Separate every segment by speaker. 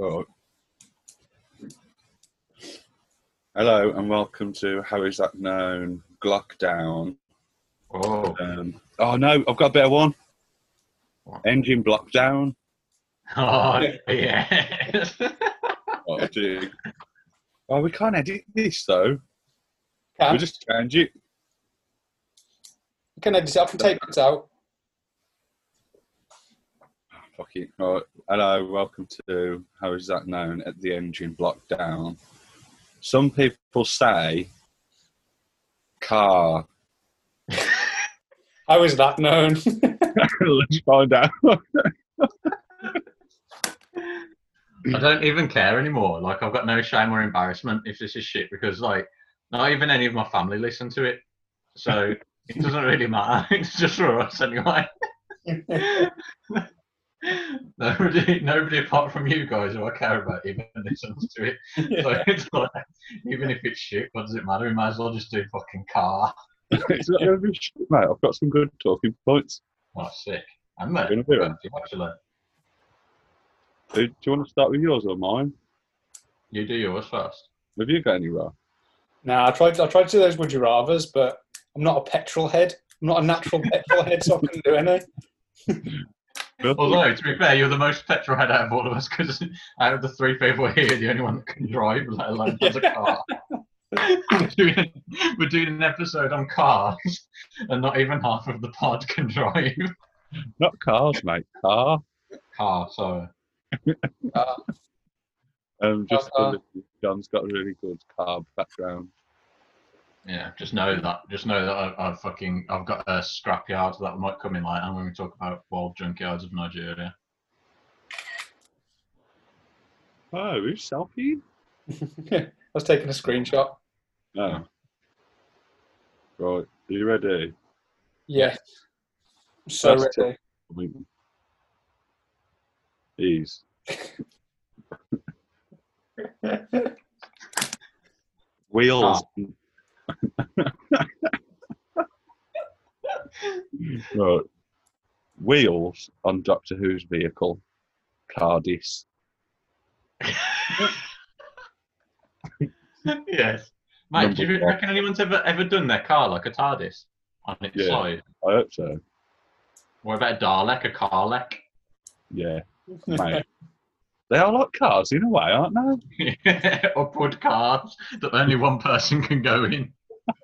Speaker 1: Alright. Hello and welcome to How Is That Known Glockdown.
Speaker 2: Oh,
Speaker 1: Um, oh no, I've got a better one.
Speaker 2: What?
Speaker 1: Engine block down.
Speaker 2: oh yeah.
Speaker 1: What a dig. oh, we can't edit this though.
Speaker 3: Can.
Speaker 1: We'll just change it.
Speaker 3: You can edit it off and take it out.
Speaker 1: Fuck it. Alright. Hello, welcome to How Is That Known at the Engine Block Down. Some people say car.
Speaker 3: How is that known?
Speaker 1: Let's find out.
Speaker 2: I don't even care anymore. Like I've got no shame or embarrassment if this is shit because like not even any of my family listen to it. So it doesn't really matter. It's just for us anyway. nobody nobody apart from you guys who I care about even listens to it. So it's like even if it's shit, what does it matter? We might as well just do fucking car.
Speaker 1: It's not gonna be shit, mate. I've got some good talking points.
Speaker 2: Oh sick. I'm not
Speaker 1: Gonna do it.
Speaker 2: actually.
Speaker 1: Do, do you want to start with yours or mine?
Speaker 2: You do yours first.
Speaker 1: Have you got any, Ra?
Speaker 3: nah, I tried. I tried to do those would you rather's, but I'm not a petrol head. I'm not a natural petrol head, so I couldn't do any.
Speaker 2: Although, to be fair, you're the most petrol head out of all of us because out of the three people here, you're the only one that can drive, let alone has a car. we're, doing, we're doing an episode on cars, and not even half of the pod can drive.
Speaker 1: Not cars, mate. Car.
Speaker 2: Car, so
Speaker 3: Uh,
Speaker 1: Um, just
Speaker 3: car.
Speaker 1: John's got a really good car background.
Speaker 2: yeah, just know that. Just know that I, I fucking I've got a scrapyard that might come in later when we talk about wild junkyards of Nigeria.
Speaker 1: Oh, who's selfie?
Speaker 3: I was taking a screenshot.
Speaker 1: No. Oh. Right. Are you ready?
Speaker 3: Yeah. I'm So
Speaker 1: That's
Speaker 3: ready.
Speaker 1: I mean, Ease. Wheels. right. Wheels on Doctor Who's vehicle. Cardis.
Speaker 2: yes, mate. Do you
Speaker 1: Number one.
Speaker 2: reckon anyone's ever ever done their car like a TARDIS on its
Speaker 1: Yeah.
Speaker 2: side?
Speaker 1: I hope so.
Speaker 2: What about a Dalek, a Karlek?
Speaker 1: Yeah. mate. they are like cars in a way, aren't they?
Speaker 2: upward cars that only one person can go in.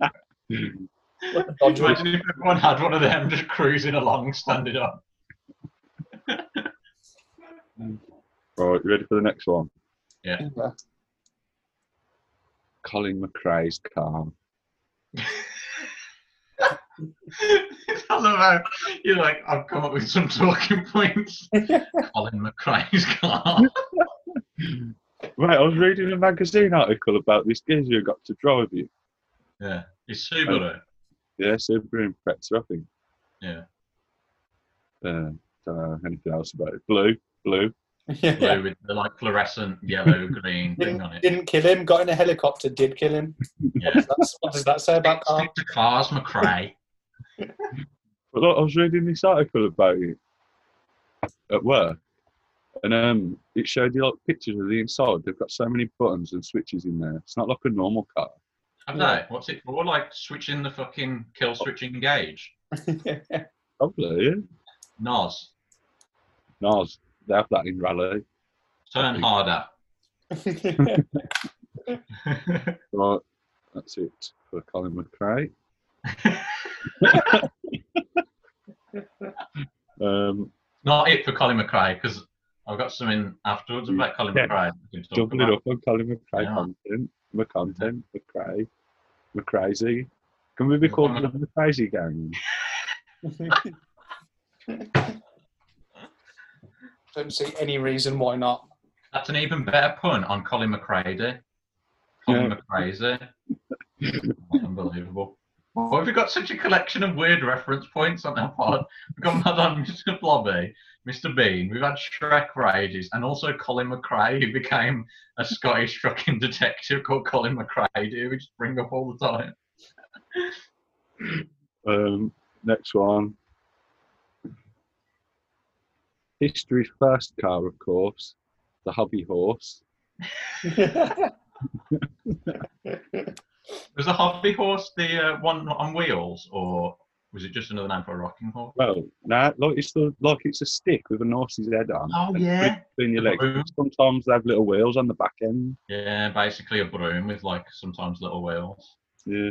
Speaker 3: What a
Speaker 2: Could you
Speaker 3: dodgy-
Speaker 2: Imagine if everyone had one of them just cruising along, standing up.
Speaker 1: Right, you ready for the next one?
Speaker 3: Yeah.
Speaker 1: Colin McRae's car.
Speaker 2: I love how you're like, I've come up with some talking points. Colin McRae's car.
Speaker 1: Right, I was reading a magazine article about this geezer who got to drive it.
Speaker 2: Yeah. It's Subaru.
Speaker 1: Yeah, super impressive, I think.
Speaker 2: Yeah.
Speaker 1: Uh, don't know anything else about it. Blue, blue.
Speaker 3: Yeah.
Speaker 2: Blue with the like fluorescent yellow green thing on it.
Speaker 3: Didn't, didn't kill him. Got in a helicopter. Did kill him.
Speaker 2: Yeah.
Speaker 3: What, does that, what does that say about car?
Speaker 2: Stick to cars, McRae.
Speaker 1: But look, I was reading this article about it at work, and um, it showed you like pictures of the inside. They've got so many buttons and switches in there. It's not like a normal car.
Speaker 2: I don't know. What's it for? Like switching the fucking kill switch engage.
Speaker 1: Probably. Yeah.
Speaker 2: Nos.
Speaker 1: No, they have that in rally.
Speaker 2: Turn harder.
Speaker 1: Right, that's it for Colin McRae. um,
Speaker 2: Not it for Colin McRae because I've got something afterwards about Colin
Speaker 1: Yeah.
Speaker 2: McRae. we can talk
Speaker 1: double it
Speaker 2: about.
Speaker 1: up on Colin McRae
Speaker 2: Yeah. Mm-hmm.
Speaker 1: content. McContent, McRae, McCrazy. Can we
Speaker 2: Mm-hmm.
Speaker 1: be called the McCrazy Gang?
Speaker 3: Don't see any reason why not.
Speaker 2: That's an even better pun on Colin McRae. Day. Colin McRae's Day. Unbelievable. Why have we got such a collection of weird reference points on our pod? We've got Madame Mr. Blobby, Mr. Bean, we've had Shrek for ages, and also Colin McRae, who became a Scottish fucking detective called Colin McRae, who we just bring up all the time.
Speaker 1: Um, next one. History's first car, of course. the hobby horse.
Speaker 2: Was the hobby horse the uh, one on wheels, or was it just another name for a rocking horse?
Speaker 1: Well, now like it's the like it's a stick with a horse's head on.
Speaker 2: Oh
Speaker 1: and
Speaker 2: yeah,
Speaker 1: Between your
Speaker 2: the
Speaker 1: legs.
Speaker 2: broom.
Speaker 1: Sometimes they have little wheels on the back end.
Speaker 2: yeah. Basically a broom with like sometimes little wheels.
Speaker 1: Yeah.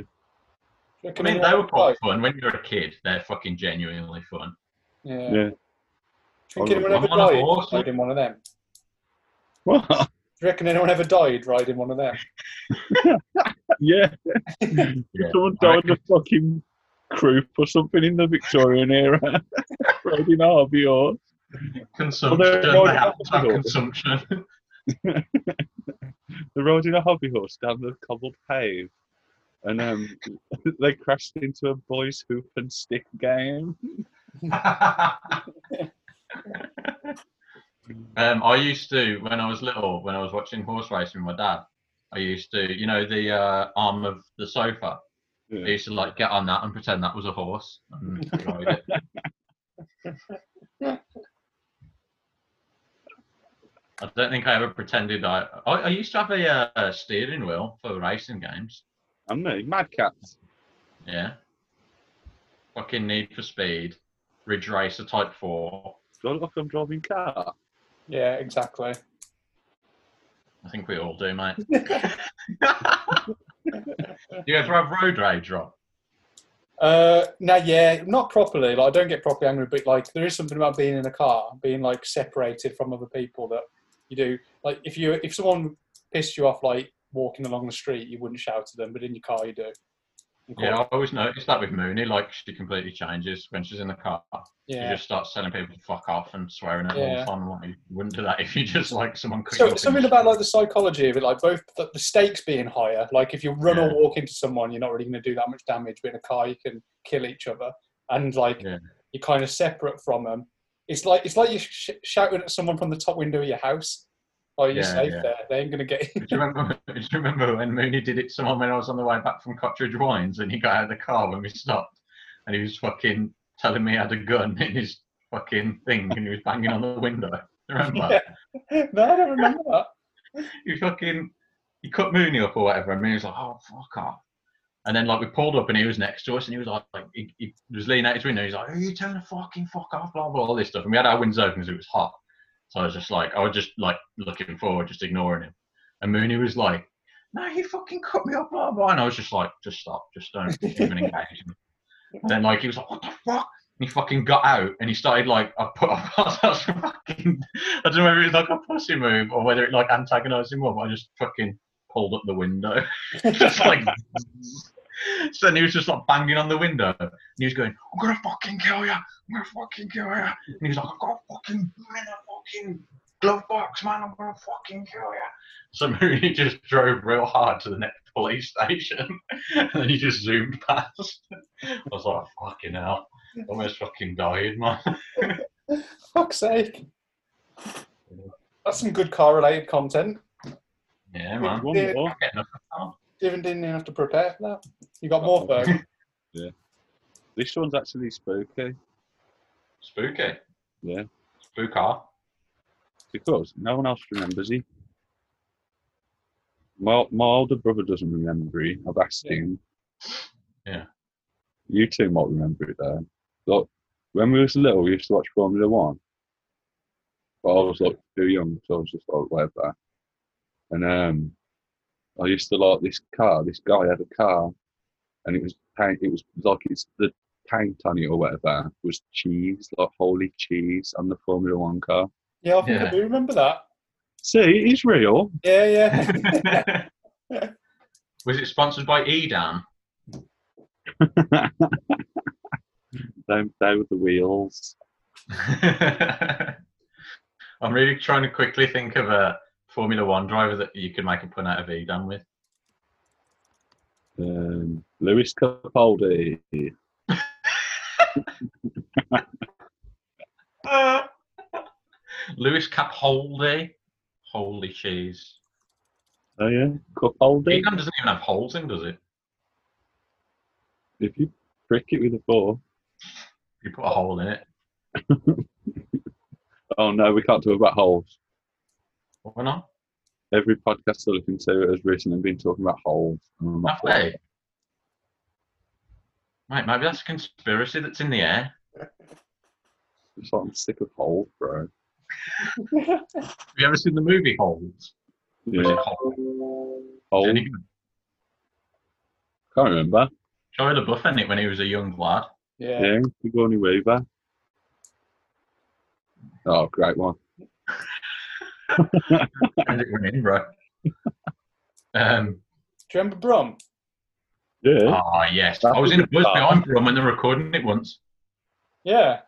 Speaker 2: I mean, they were quite fun when you're a kid. They're fucking genuinely fun.
Speaker 3: Yeah.
Speaker 1: Yeah.
Speaker 3: Do you think anyone
Speaker 1: I'm
Speaker 3: ever
Speaker 2: on a
Speaker 3: died
Speaker 2: horse.
Speaker 3: riding one of them?
Speaker 1: What?
Speaker 3: Do you reckon anyone ever died riding one of them?
Speaker 1: yeah.
Speaker 2: Yeah.
Speaker 1: Someone
Speaker 2: I
Speaker 1: died in a fucking croup or something in the Victorian era. Riding Harvey horse.
Speaker 2: Consumption.
Speaker 1: Well, they're
Speaker 2: they
Speaker 1: riding
Speaker 2: have
Speaker 1: horses,
Speaker 2: to have
Speaker 1: though.
Speaker 2: consumption.
Speaker 1: They're riding a hobby horse down the cobbled pave. And um, they crashed into a boys' hoop and stick game.
Speaker 2: um, I used to, when I was little, when I was watching horse racing with my dad, I used to, you know, the uh, arm of the sofa.
Speaker 1: Yeah.
Speaker 2: I used to like get on that and pretend that was a horse. And ride it. I don't think I ever pretended I. I, I used to have a, uh, a steering wheel for racing games.
Speaker 1: I'm the mad cats.
Speaker 2: Yeah. Fucking Need for Speed, Ridge Racer Type 4.
Speaker 1: Do I look like I'm driving car?
Speaker 3: Yeah, exactly.
Speaker 2: I think we all do, mate. you ever have road rage, Rob?
Speaker 3: Uh, now, yeah, not properly. Like, I don't get properly angry, but like, there is something about being in a car, being like separated from other people that you do. Like, if you if someone pissed you off, like walking along the street, you wouldn't shout to them, but in your car, you do. You call-
Speaker 2: Yeah, I always notice that with Mooney. Like, she completely changes when she's in the car. She
Speaker 3: yeah.
Speaker 2: just starts telling people to fuck off and swearing at
Speaker 3: Yeah.
Speaker 2: all the time. Like, you wouldn't do that if you just, like, someone cut you
Speaker 3: So
Speaker 2: off in
Speaker 3: something
Speaker 2: the
Speaker 3: about
Speaker 2: street.
Speaker 3: like the psychology of it, like both the, the stakes being higher. Like if you run
Speaker 2: Yeah.
Speaker 3: or walk into someone, you're not really going to do that much damage. But in a car, you can kill each other, and like
Speaker 2: Yeah.
Speaker 3: you're kind of separate from them. It's like it's like you're sh- shouting at someone from the top window of your house. Like you're
Speaker 2: Yeah,
Speaker 3: safe
Speaker 2: yeah.
Speaker 3: there. They ain't going to get.
Speaker 2: Do you, remember, do you remember when Mooney did it to someone when I was on the way back from Cottage Wines and he got out of the car when we stopped and he was fucking telling me he had a gun in his fucking thing and he was banging on the window? Do you Remember?
Speaker 3: Yeah. no, I don't remember that.
Speaker 2: he fucking he cut Mooney up or whatever, and Mooney's like, "Oh fuck off!" And then like we pulled up, and he was next to us, and he was like, like he, he was leaning out his window. He's like, "Are you telling the fucking fuck off?" Blah blah all this stuff. And we had our windows open because it was hot, so I was just like, I was just like looking forward, just ignoring him. And Mooney was like, "No, he fucking cut me up, blah blah." And I was just like, "Just stop, just don't even engage." him." then like he was like, "What the fuck?" And he fucking got out and he started like I put I was fucking I don't know whether it was like a pussy move or whether it like antagonised him or but I just fucking pulled up the window. just like so then he was just like banging on the window and he was going, I'm gonna fucking kill you, I'm gonna fucking kill you and he was like, I've got a fucking I'm in a fucking glove box, man, I'm gonna fucking kill you. So Mooney just drove real hard to the next police station and then he just zoomed past. I was like, fucking hell almost fucking died, man.
Speaker 3: Fuck's sake. That's some good car-related content.
Speaker 2: Yeah, man.
Speaker 1: One
Speaker 3: Yeah.
Speaker 1: more.
Speaker 3: You even didn't even have to prepare for that. You got more, though.
Speaker 1: This one's actually spooky.
Speaker 2: Spooky.
Speaker 1: Yeah.
Speaker 2: Spooker.
Speaker 1: because no one else remembers him. My, my older brother doesn't remember him. I've asked him.
Speaker 2: Yeah.
Speaker 1: You two might remember it though. Like, when we was little, we used to watch Formula One. But I was like too young, so I was just like whatever. And um, I used to like this car. This guy had a car, and it was paint. It was like it's the paint on it or whatever was cheese, like holy cheese, on the Formula One car.
Speaker 3: Yeah, I think
Speaker 2: Yeah.
Speaker 3: I do remember that.
Speaker 1: See, it is real.
Speaker 3: Yeah, yeah.
Speaker 2: Was it sponsored by Edam?
Speaker 1: They, they were the wheels.
Speaker 2: I'm really trying to quickly think of a Formula One driver that you could make a pun out of Edam with.
Speaker 1: Um, Lewis Capaldi.
Speaker 2: Lewis Capaldi. Holy cheese.
Speaker 1: Oh yeah, Capaldi.
Speaker 2: Edam doesn't even have holes in, does it?
Speaker 1: If you prick it with a ball.
Speaker 2: You put a hole in it.
Speaker 1: Oh no, we can't do about holes.
Speaker 2: We're not.
Speaker 1: Every podcast I listen to has recently been talking about holes. and I'm
Speaker 2: Have
Speaker 1: not-
Speaker 2: they? Mate, maybe that's a conspiracy that's in the air.
Speaker 1: It's like I'm sick of holes, bro.
Speaker 2: Have you ever seen the movie Holes? Was
Speaker 1: Yeah,
Speaker 2: it Holes?
Speaker 1: holes.
Speaker 2: Any-
Speaker 1: Can't remember.
Speaker 2: Shia LaBeouf in it when he was a young lad.
Speaker 3: Yeah.
Speaker 1: Yeah, Sigourney Weaver. Oh, great one.
Speaker 2: And it went in, bro. Um,
Speaker 3: Do you remember Brum?
Speaker 1: Yeah.
Speaker 2: oh, yes. I was in a bus behind Brum when they were recording it once.
Speaker 3: Yeah.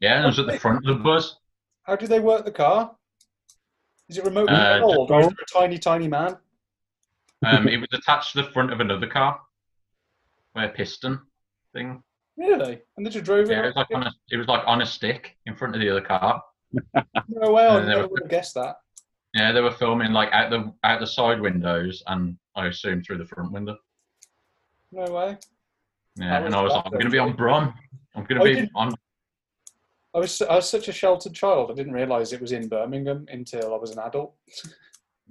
Speaker 2: Yeah, and I was at the front of the bus.
Speaker 3: How do they work the car? Is it remote
Speaker 2: Uh,
Speaker 3: controlled or is it a tiny, tiny man?
Speaker 2: Um, it was attached to the front of another car, with a piston thing.
Speaker 3: Really? And they just drove
Speaker 2: Yeah, it was
Speaker 3: it?
Speaker 2: like on a, it was like on a stick in front of the other car.
Speaker 3: No way, I
Speaker 2: Uh, they
Speaker 3: never
Speaker 2: were-
Speaker 3: would have guessed that.
Speaker 2: Yeah, they were filming like out the out the side windows and I assume through the front window.
Speaker 3: No way.
Speaker 2: Yeah,
Speaker 3: That
Speaker 2: and
Speaker 3: was
Speaker 2: I was
Speaker 3: bad,
Speaker 2: like, I'm gonna be on Brum. I'm gonna
Speaker 3: I
Speaker 2: be
Speaker 3: didn't-
Speaker 2: on.
Speaker 3: I was, I was such a sheltered child. I didn't realise it was in Birmingham until I was an adult.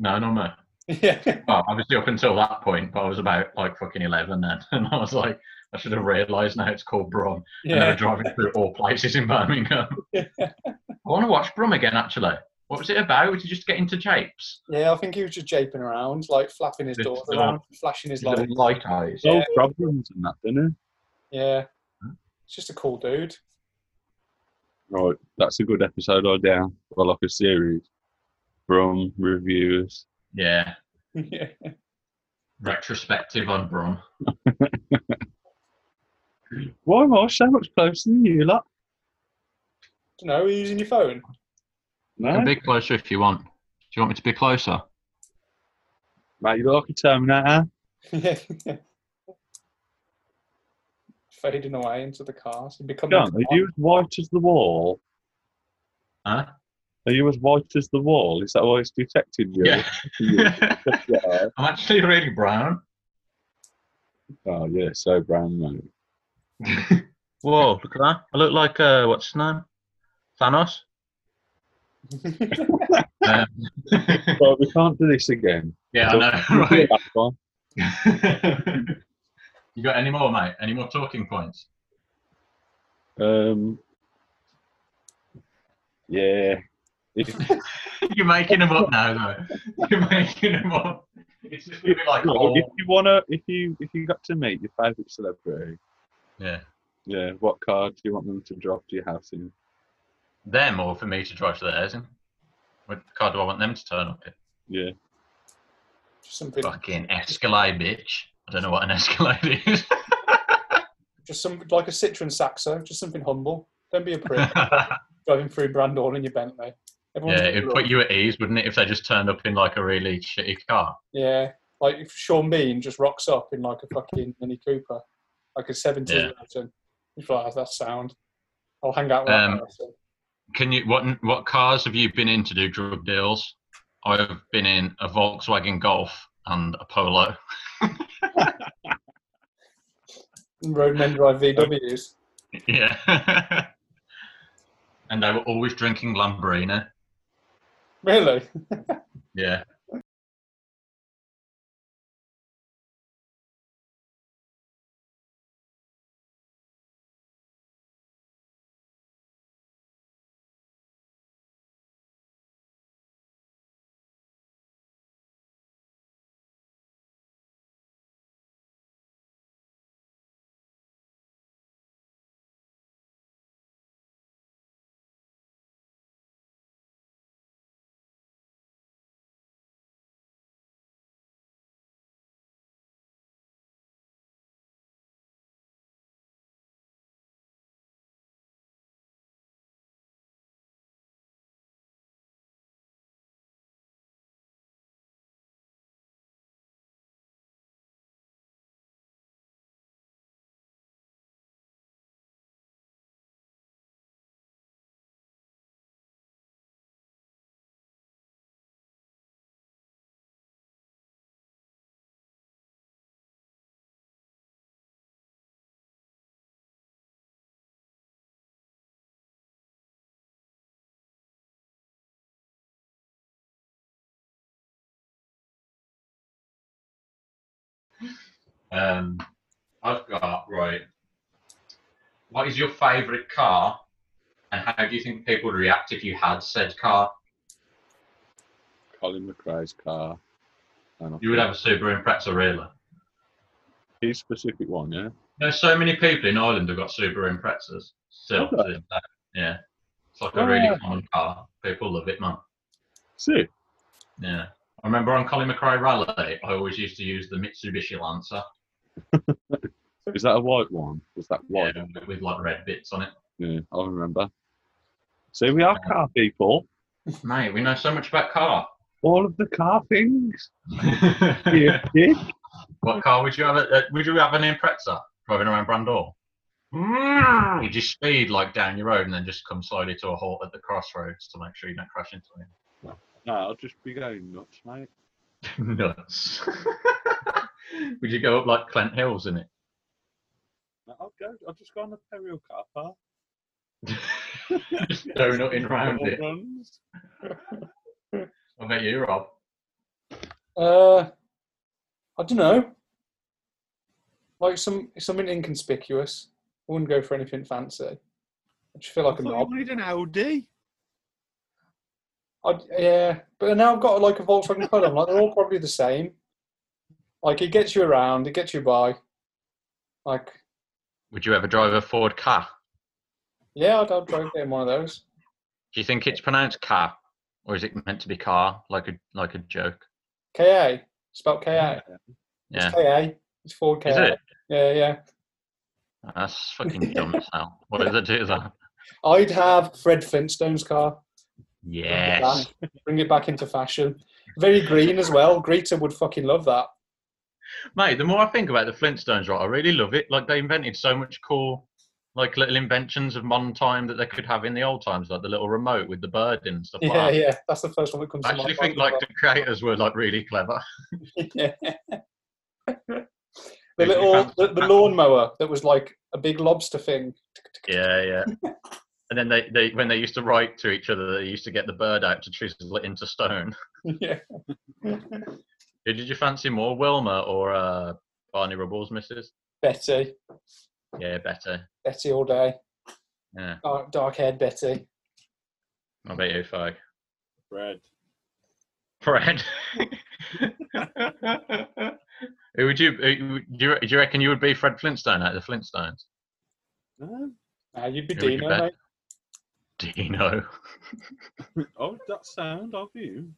Speaker 2: No, no, no.
Speaker 3: yeah.
Speaker 2: Well, obviously up until that point, but I was about like fucking eleven then, and I was like, I should have realised now it's called Brum. And they were
Speaker 3: Yeah.
Speaker 2: driving through all places in Birmingham.
Speaker 3: Yeah.
Speaker 2: I want to watch Brum again. Actually, what was it about? Was it just getting to japes?
Speaker 3: Yeah, I think he was just japing around, like flapping his
Speaker 2: Just
Speaker 3: doors
Speaker 2: don't-
Speaker 3: around, flashing his light.
Speaker 2: Little light eyes.
Speaker 1: Solve problems and that, didn't
Speaker 3: Yeah.
Speaker 2: Hmm.
Speaker 3: It's just a cool dude.
Speaker 1: it? Right, Oh, that's a good episode idea. Well, like a series from reviews.
Speaker 2: Yeah,
Speaker 3: yeah.
Speaker 2: retrospective on Brum.
Speaker 1: Why am I so much closer than you lot?
Speaker 3: don't know, are you using your phone?
Speaker 2: You
Speaker 1: No,
Speaker 2: Can be closer if you want. Do you want me to be closer?
Speaker 1: mate, you look like a Terminator.
Speaker 3: yeah. Fading away into the cars. You become
Speaker 1: John, are you as white as the wall?
Speaker 2: Huh?
Speaker 1: Are you as white as the wall? Is that why it's detected you?
Speaker 2: Yeah.
Speaker 1: Yeah.
Speaker 2: I'm actually really brown.
Speaker 1: Oh, yeah, so brown, mate.
Speaker 2: Whoa, look at that. I look like, uh, what's his name? Thanos? Um,
Speaker 1: Well, we can't do this again.
Speaker 2: yeah, I
Speaker 1: Last one.
Speaker 2: know, right? you got any more, mate? Any more talking points?
Speaker 1: Um, yeah. If,
Speaker 2: You're making them up now, though. You're making them up. It's just going to be like, oh,
Speaker 1: if you wanna, if you if you got to meet your favourite celebrity,
Speaker 2: yeah.
Speaker 1: yeah, what car do you want them to drop to your house in?
Speaker 2: Them or for me to drive to theirs in? What car do I want them to turn up in?
Speaker 1: Yeah,
Speaker 3: just something
Speaker 2: Fucking Escalade, bitch. I don't know what an Escalade is.
Speaker 3: just some like a Citroen Saxo, just something humble. Don't be a prick driving through Brandall in your Bentley. Everyone's
Speaker 2: Yeah, it'd put you at ease, wouldn't it, if they just turned up in like a really shitty car?
Speaker 3: Yeah, like if Sean Bean just rocks up in like a fucking Mini Cooper, like a 17
Speaker 2: Yeah.
Speaker 3: version. He's like, "How's that sound? I'll hang out with that
Speaker 2: Um,
Speaker 3: person.
Speaker 2: Can you what what cars have you been in to do drug deals? I've been in a Volkswagen Golf and a Polo.
Speaker 3: Roadmen drive VWs.
Speaker 2: yeah. and they were always drinking Lamborghini.
Speaker 3: Really?
Speaker 2: Yeah. Um, I've got right. What is your favourite car, and how do you think people would react if you had said car?
Speaker 1: Colin McRae's car. And I
Speaker 2: You would
Speaker 1: think
Speaker 2: have a Subaru Impreza, really.
Speaker 1: his specific one, yeah.
Speaker 2: There's so many people in Ireland have got Subaru Imprezas still.
Speaker 1: Have
Speaker 2: to this day. Yeah, it's like a really
Speaker 1: Yeah.
Speaker 2: common car. People love it, man.
Speaker 1: See,
Speaker 2: Yeah. I remember on Colin McRae Rally, I always used to use the Mitsubishi Lancer
Speaker 1: is that a white one? Was that
Speaker 2: yeah,
Speaker 1: white?
Speaker 2: with, with like red bits on it.
Speaker 1: Yeah, I remember. See, we are car people.
Speaker 2: Mate, we know so much about car.
Speaker 1: All of the car things. You dick.
Speaker 2: what car would you have? A, uh, would you have an Impreza driving around Brandall? You just speed like down your road and then just come slowly to a halt at the crossroads to make sure you don't crash into
Speaker 1: No, I'll just be going nuts, mate.
Speaker 2: anything. Nuts. would you go up like Clent Hills in it?
Speaker 1: I'll go. I'll just go on the Perrier car park.
Speaker 2: Just donutting round it.
Speaker 1: Runs.
Speaker 2: What about you, Rob?
Speaker 3: Uh, I don't know. Like some something inconspicuous. I wouldn't go for anything fancy. I just feel like a knob.
Speaker 4: need an Audi.
Speaker 3: I'd, yeah, but now I've got like a Volkswagen Polo. I'm like they're all probably the same. Like it gets you around, it gets you by. Like
Speaker 2: Would you ever drive a Ford car?
Speaker 3: yeah, I'd, I'd drive in one of those.
Speaker 2: Do you think it's pronounced car, or is it meant to be car, like a like a joke?
Speaker 3: Ka spelled Ka.
Speaker 2: Yeah,
Speaker 3: It's Ka. It's Ford Ka.
Speaker 2: is it?
Speaker 3: Yeah, yeah.
Speaker 2: That's fucking dumb as hell. What does it do that?
Speaker 3: I'd have Fred Flintstone's car.
Speaker 2: Yes.
Speaker 3: Back, bring it back into fashion. Very green as well. Greta would fucking love that.
Speaker 2: Mate, the more I think about the Flintstones, right, I really love it. Like they invented so much cool, like little inventions of modern time that they could have in the old times, like the little remote with the bird in and stuff
Speaker 3: Yeah,
Speaker 2: like that.
Speaker 3: yeah. That's the first one that comes
Speaker 2: I
Speaker 3: to
Speaker 2: actually
Speaker 3: mind.
Speaker 2: think like the creators were like really clever.
Speaker 3: yeah. the
Speaker 2: If you
Speaker 3: little
Speaker 2: fancy
Speaker 3: the, the
Speaker 2: that.
Speaker 3: lawnmower that was like a big lobster thing.
Speaker 2: Yeah, yeah. And then they, they when they used to write to each other, they used to get the bird out to chisel it into stone.
Speaker 3: yeah.
Speaker 2: Who did you fancy more, Wilma or uh, Barney Rubble's missus?
Speaker 3: Betty.
Speaker 2: Yeah, better.
Speaker 3: Betty all day.
Speaker 2: Yeah,
Speaker 3: Dark dark haired Betty.
Speaker 2: I bet you, fuck.
Speaker 1: Red.
Speaker 2: Fred. Who would you, who- do you do you reckon you would be Fred Flintstone out of the Flintstones?
Speaker 1: No,
Speaker 3: Nah, you'd be
Speaker 2: Who would you
Speaker 3: Dino,
Speaker 2: bet?
Speaker 3: mate.
Speaker 2: Dino.
Speaker 1: oh, that sound of you.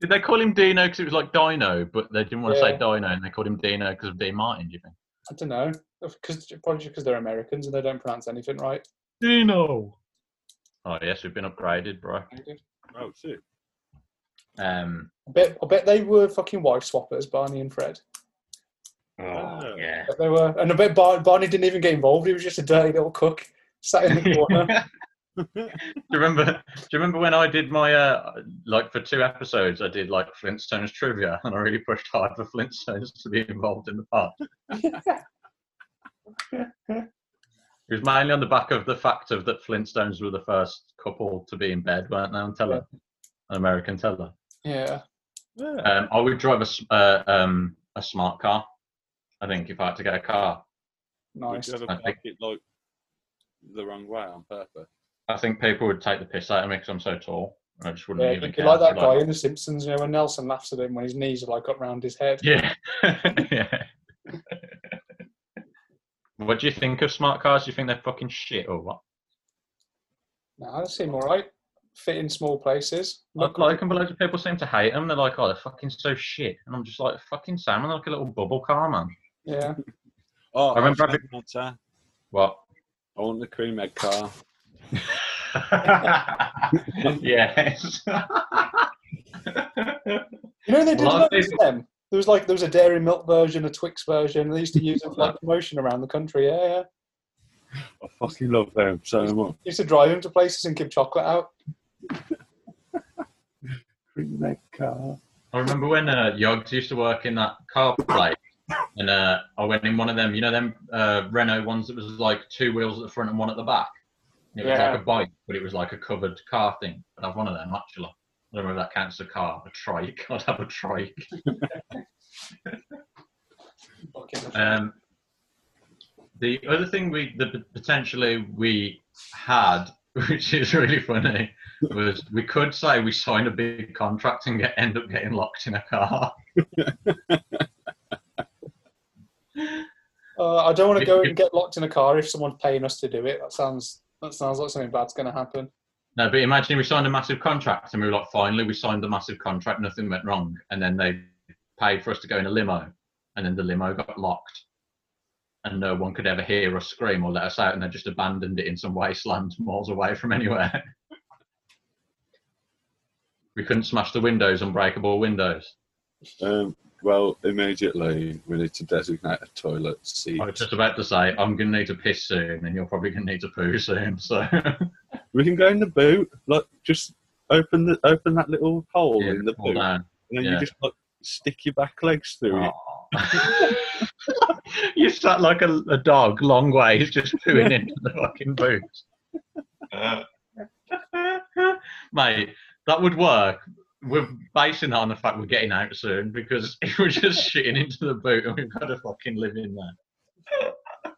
Speaker 2: Did they call him Dino because it was like Dino, but they didn't want to
Speaker 3: Yeah.
Speaker 2: say Dino and they called him Dino because of Dean Martin, do you think?
Speaker 3: I don't know. Because probably because they're Americans and they don't pronounce anything right.
Speaker 2: Dino. Oh, yes, we've been upgraded, bro.
Speaker 1: Oh, shit.
Speaker 2: Um,
Speaker 3: I bet I bet they were fucking wife swappers, Barney and Fred.
Speaker 1: Oh.
Speaker 2: yeah.
Speaker 3: But they were, and I bet Bar- Barney didn't even get involved. He was just a dirty little cook sat in the corner.
Speaker 2: do you remember? Do you remember when I did my uh, like for two episodes? I did like Flintstones trivia, and I really pushed hard for Flintstones to be involved in the part. It was mainly on the back of the fact of that Flintstones were the first couple to be in bed, weren't they? On telly, an American teller.
Speaker 3: yeah,
Speaker 1: Yeah.
Speaker 2: Um, I would drive a s- uh, um, a smart car. I think if I had to get a car,
Speaker 1: Would
Speaker 3: nice.
Speaker 1: you ever
Speaker 2: I think-
Speaker 1: park it like the wrong way on purpose?
Speaker 2: I think people would take the piss out of me because I'm so tall. I just wouldn't
Speaker 3: Yeah,
Speaker 2: even
Speaker 3: you'd be
Speaker 2: care.
Speaker 3: like that
Speaker 2: Like-
Speaker 3: guy in The Simpsons, you know, when Nelson laughs at him when his knees are like up round his head.
Speaker 2: Yeah. yeah. what do you think of smart cars? Do you think they're fucking shit or what?
Speaker 3: Nah, that seem all right. Fit in small places.
Speaker 2: Look,
Speaker 3: Look
Speaker 2: like, and loads of people seem to hate them. They're like, oh, they're fucking so shit. And I'm just like, fucking Sam, I'm like a little bubble car, man.
Speaker 3: yeah.
Speaker 1: Oh,
Speaker 2: I remember
Speaker 1: I've seen that.
Speaker 2: What?
Speaker 1: I want the cream egg car.
Speaker 2: yes.
Speaker 3: You know they did
Speaker 2: Well, I
Speaker 3: loads
Speaker 2: think-
Speaker 3: of them. There was like there was a Dairy Milk version, a Twix version. They used to use them for like promotion around the country. Yeah, yeah.
Speaker 1: I fucking love them so much.
Speaker 3: Used to drive them to places and give chocolate out.
Speaker 1: Cream egg car.
Speaker 2: I remember when uh, Yogs used to work in that car place, and uh, I went in one of them, you know, them uh, Renault ones that was like two wheels at the front and one at the back. And it was
Speaker 3: Yeah.
Speaker 2: like a bike, but it was like a covered car thing. I'd have one of them actually. I don't know if that counts as a car, a trike. I'd have a trike.
Speaker 3: fucking.
Speaker 2: Um, the other thing we the p- potentially we had, which is really funny, was we could say we signed a big contract and get end up getting locked in a car.
Speaker 3: Uh, I don't want to go and get locked in a car if someone's paying us to do it. That sounds that sounds like something bad's going to happen.
Speaker 2: No, but imagine we signed a massive contract and we were like, finally, we signed the massive contract, nothing went wrong, and then they paid for us to go in a limo, and then the limo got locked, and no one could ever hear us scream or let us out, and they just abandoned it in some wasteland miles away from anywhere. we couldn't smash the windows, unbreakable windows.
Speaker 1: Um, well, immediately we need to designate a toilet seat.
Speaker 2: I was Oh, just about to say, I'm going to need to piss soon, and you're probably going to need to poo soon. So,
Speaker 1: We can go in the boot. Like just open the open that little hole
Speaker 2: yeah,
Speaker 1: in the
Speaker 2: fall
Speaker 1: boot,
Speaker 2: down.
Speaker 1: and then
Speaker 2: yeah. Oh,
Speaker 1: you just like stick your back legs through it.
Speaker 2: you sat like a, a dog, long ways, just pooing into the fucking boots. Mate, that would work. We're basing that on the fact we're getting out soon because if we're just shitting into the boot and we've got to fucking live in there.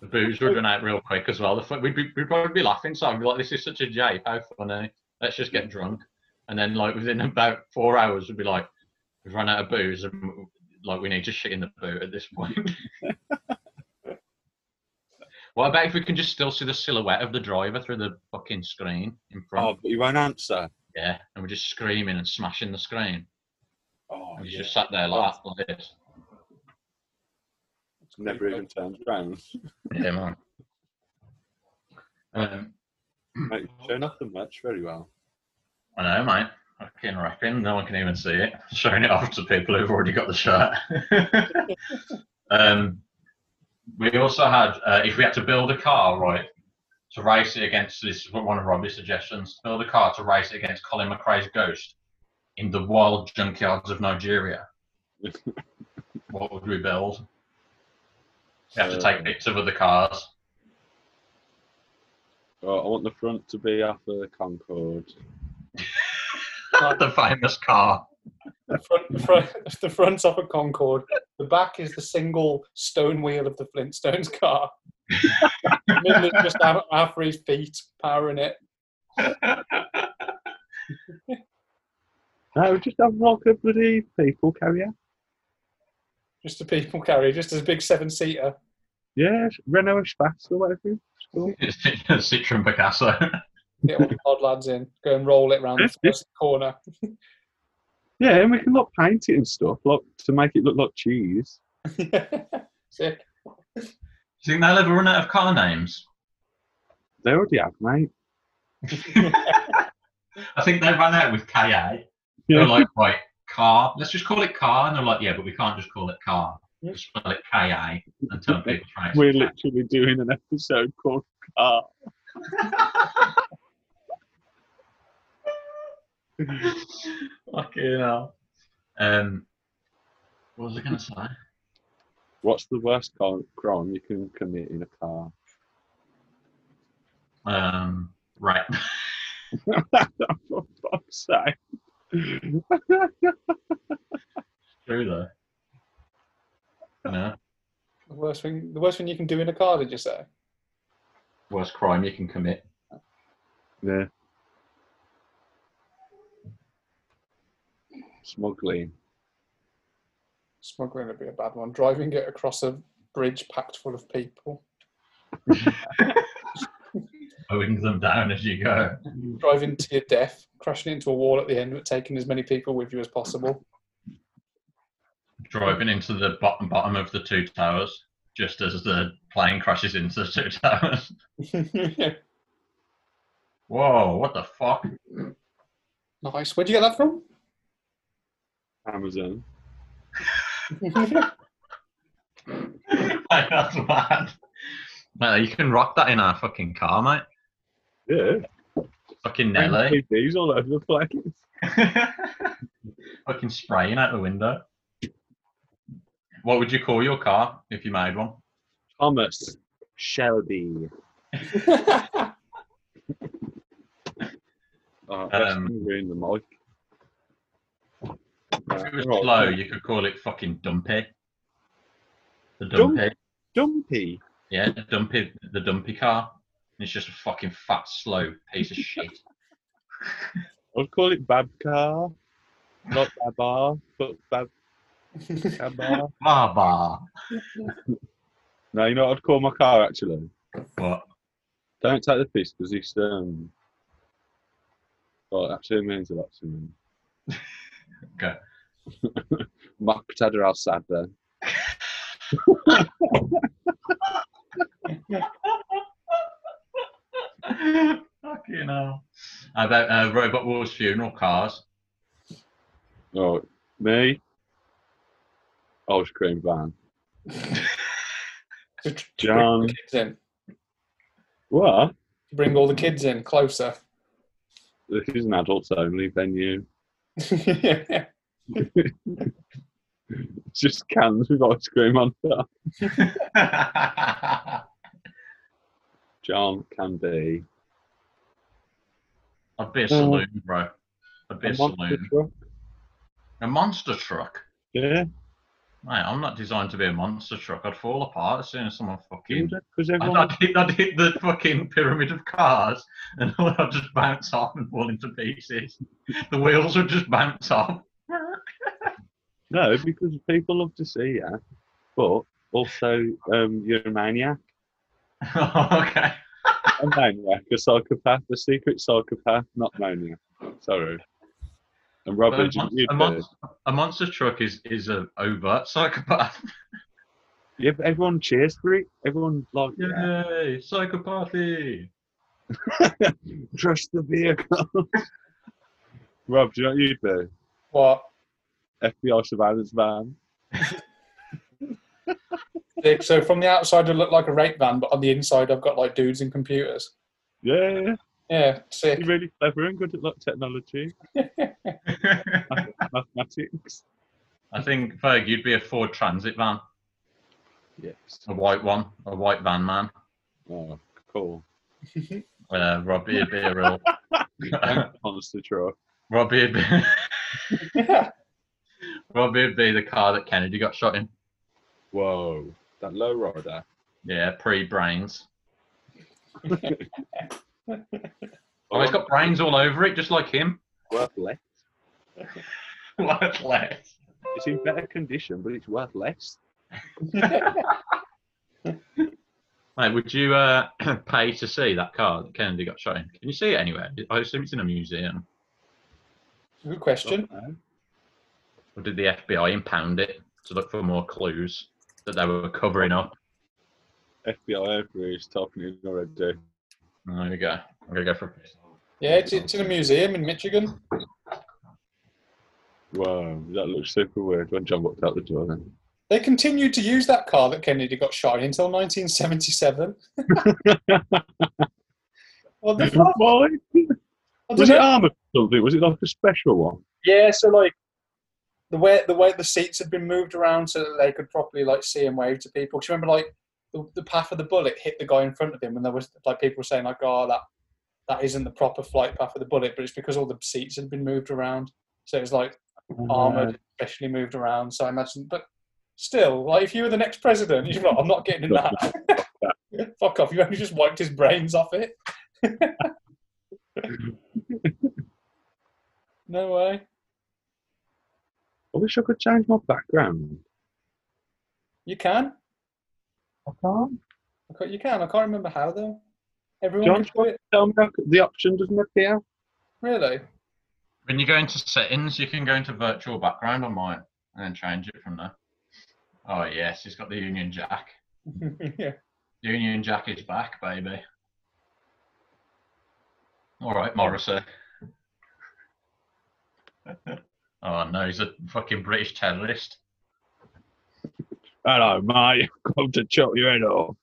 Speaker 2: The booze would run out real quick as well. The fu- we'd, be, we'd probably be laughing, so I'd be like, this is such a jape, how funny. Let's just get drunk. And then, like, within about four hours, we'd be like, we've run out of booze and like we need to shit in the boot at this point. what about if we can just still see the silhouette of the driver through the fucking screen in front?
Speaker 1: Oh, but you won't answer.
Speaker 2: Yeah, and we're just screaming and smashing the screen.
Speaker 1: Oh,
Speaker 2: And he's
Speaker 1: yeah.
Speaker 2: just sat there like, that, like this.
Speaker 1: never even turned around.
Speaker 2: Yeah, man. Um,
Speaker 1: Mate,
Speaker 2: Oh.
Speaker 1: you've shown off the merch very well.
Speaker 2: I know, mate. Fucking rapping. No one can even see it. Showing it off to people who've already got the shirt. um, we also had, uh, if we had to build a car, right, to race it against, this is what one of Robbie's suggestions, build a car to race it against Colin McRae's ghost in the wild junkyards of Nigeria. what would we build? We
Speaker 1: Uh,
Speaker 2: have to take pics of other cars.
Speaker 1: Oh, I want the front to be off the Concorde.
Speaker 2: the famous car.
Speaker 3: The front, the front, the front's off a Concorde. The back is the single stone wheel of the Flintstones car. the middle is just Av- Avery's feet powering it.
Speaker 1: No, just have like a bloody people carrier.
Speaker 3: Just a people carrier, just as a big seven seater.
Speaker 1: Yeah, Renault Espace or whatever. it's called.
Speaker 2: Citroen Picasso.
Speaker 3: Get all the odd lads in, go and roll it round the first corner.
Speaker 1: Yeah, and we can like paint it and stuff, like to make it look like cheese.
Speaker 3: Sick.
Speaker 2: Do you think they'll ever run out of car names?
Speaker 1: They already have, mate.
Speaker 2: I think they ran out with KA. They were like, right, car, let's just call it car. And they're like, yeah, but we can't just call it car. Just spell it KA and tell people try
Speaker 1: We're literally doing an episode called Car.
Speaker 2: Fucking hell. Um, what was I going to say?
Speaker 1: What's the worst car- crime you can commit in a car?
Speaker 2: Um, right.
Speaker 1: For fuck's sake.
Speaker 2: True, though. No,
Speaker 3: The worst thing, the worst thing you can do in a car, did you say?
Speaker 2: worst crime you can commit.
Speaker 1: yeah. Smuggling.
Speaker 3: Smuggling would be a bad one. Driving it across a bridge packed full of people.
Speaker 2: Owing them down as you go.
Speaker 3: Driving to your death, crashing into a wall at the end, but taking as many people with you as possible.
Speaker 2: driving into the bottom bottom of the two towers just as the plane crashes into the two towers.
Speaker 3: nice.
Speaker 2: Whoa, what the fuck?
Speaker 3: Where'd you get that from?
Speaker 1: Amazon.
Speaker 2: Like, That's mad. Mate, you can rock that in our fucking car, mate.
Speaker 1: Yeah.
Speaker 2: Fucking Nelly.
Speaker 1: LEDs all over the place.
Speaker 2: fucking spraying out the window. What would you call your car if you made one?
Speaker 1: Thomas Shelby. Oh, that's
Speaker 2: Um,
Speaker 1: Uh, gonna ruin the mic.
Speaker 2: If it was
Speaker 1: Uh, Right.
Speaker 2: slow, you could call it fucking dumpy. The
Speaker 1: Dump-
Speaker 2: dumpy.
Speaker 1: Dumpy.
Speaker 2: Yeah, dumpy. The dumpy car. It's just a fucking fat, slow piece of shit.
Speaker 1: I'd call it Babcar. Not Babar, but Bab. Babar.
Speaker 2: Bah, bah.
Speaker 1: no, you know what I'd call my car actually?
Speaker 2: But
Speaker 1: Don't take the piss because it's um. Well, it actually means a lot to me.
Speaker 2: Okay.
Speaker 1: Muqtada al Sadda.
Speaker 2: fucking hell. How about uh, Robot Wars funeral cars?
Speaker 1: Oh, me. Ice cream van.
Speaker 3: To, to bring
Speaker 1: John.
Speaker 3: the kids in.
Speaker 1: What?
Speaker 3: To bring all the kids in closer.
Speaker 1: This is an adults only venue.
Speaker 3: yeah.
Speaker 1: It's just cans with ice cream on top.
Speaker 2: I've
Speaker 1: John can be.
Speaker 2: been a saloon, bro. I've been a
Speaker 1: Oh. a monster
Speaker 2: saloon.
Speaker 1: truck.
Speaker 2: A monster truck.
Speaker 1: Yeah,
Speaker 2: Mate, I'm not designed to be a monster truck. I'd fall apart as soon as someone fucking.
Speaker 1: because
Speaker 2: I'd,
Speaker 1: everyone.
Speaker 2: I'd, hit, I'd hit the fucking pyramid of cars and I'd just bounce off and fall into pieces. The wheels would just bounce off.
Speaker 1: No, because people love to see you, but also um, you're a maniac,
Speaker 2: okay.
Speaker 1: a maniac, a psychopath, a secret psychopath, not maniac. Sorry. And
Speaker 2: But
Speaker 1: Robert,
Speaker 2: a, mon-
Speaker 1: you
Speaker 2: a,
Speaker 1: do.
Speaker 2: mon- a monster truck is is an overt psychopath.
Speaker 1: Yeah, but everyone cheers for it. Everyone like yeah.
Speaker 2: Yay, psychopathy.
Speaker 1: trust the vehicle. Rob, do you know what you do?
Speaker 3: What?
Speaker 1: FBI surveillance van.
Speaker 3: Dick, so from the outside, I look like a rape van, but on the inside, I've got like dudes and computers.
Speaker 1: Yeah.
Speaker 3: Yeah, sick.
Speaker 1: You're really clever and good at like technology, mathematics.
Speaker 2: I think Ferg, you'd be a Ford Transit van,
Speaker 1: Yes.
Speaker 2: a white one, a white van man.
Speaker 1: Oh, cool.
Speaker 2: Uh, Robbie would be a real.
Speaker 1: Thanks, Monster truck.
Speaker 2: Robbie would be,
Speaker 3: Yeah.
Speaker 2: Robbie would be the car that Kennedy got shot in.
Speaker 1: Whoa, that low rider.
Speaker 2: Yeah, pre brains. Oh, it's got brains all over it, just like him.
Speaker 1: worth less.
Speaker 2: What less?
Speaker 1: It's in better condition, but it's worth less.
Speaker 2: Mate, would you uh, pay to see that car that Kennedy got shot in? Can you see it anywhere? I assume it's in a museum.
Speaker 3: Good question.
Speaker 1: Don't
Speaker 2: Or did the FBI impound it to look for more clues that they were covering up?
Speaker 1: know. FBI everywhere is talking in already.
Speaker 2: There we go. I'm gonna go for a piss.
Speaker 3: Yeah, it's, it's in a museum in Michigan.
Speaker 1: Whoa, that looks super weird when John walked out the door then.
Speaker 3: They continued to use that car that Kennedy got shot in until 1977. what the fuck?
Speaker 1: Why?
Speaker 3: I
Speaker 1: Was
Speaker 3: dunno.
Speaker 1: it armoured or something? Was it like a special one?
Speaker 3: Yeah, so like the way the way the seats had been moved around so that they could properly like see and wave to people. 'Cause you remember like the, the path of the bullet hit the guy in front of him, and there was like people were saying like, "Oh, that that isn't the proper flight path of the bullet," but it's because all the seats had been moved around, so it was like armored, especially moved around. So I imagine, but still, like if you were the next president, you're not. I'm not getting in that. Fuck off! You only just wiped his brains off it. no way.
Speaker 1: Uh, I wish I could change my background.
Speaker 3: You can.
Speaker 1: I can't.
Speaker 3: I ca- You can. I can't remember how though. Everyone
Speaker 1: John-
Speaker 3: can do it.
Speaker 1: Tell me how c- the option doesn't appear.
Speaker 3: Really?
Speaker 2: When you go into settings, you can go into virtual background on mine and then change it from there. Oh yes, he's got the Union Jack.
Speaker 3: yeah.
Speaker 2: Union Jack is back, baby. All right, Morrissey. oh no, he's a fucking British terrorist.
Speaker 1: Hello, mate. Come to chop your head off.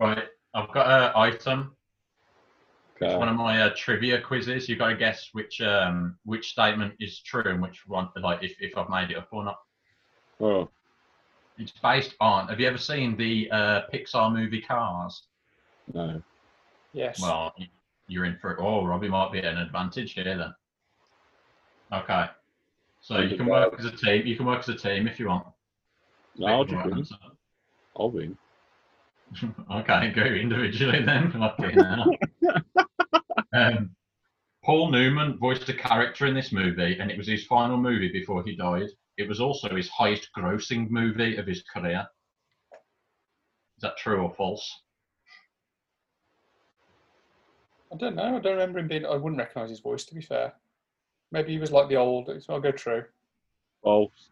Speaker 2: Right, I've got an item. It's
Speaker 1: Okay.
Speaker 2: one of my uh, trivia quizzes. You've got to guess which um which statement is true and which one like if, if I've made it up or not.
Speaker 1: Oh,
Speaker 2: It's based on. Have you ever seen the uh, Pixar movie Cars?
Speaker 1: no.
Speaker 3: Yes.
Speaker 2: Well, you're in for. Oh, Robbie might be at an advantage here then. Okay. So you can work as a team. You can work as a team if you want.
Speaker 1: No, I'll just
Speaker 2: Right,
Speaker 1: win. I'll win.
Speaker 2: so- Okay, go individually then. Fucking hell. um, Paul Newman voiced a character in this movie, and it was his final movie before he died. It was also his highest grossing movie of his career. Is that true or false?
Speaker 3: I don't know. I don't remember him being. I wouldn't recognise his voice, to be fair. Maybe he was like the old. it's- I'll go true.
Speaker 1: False.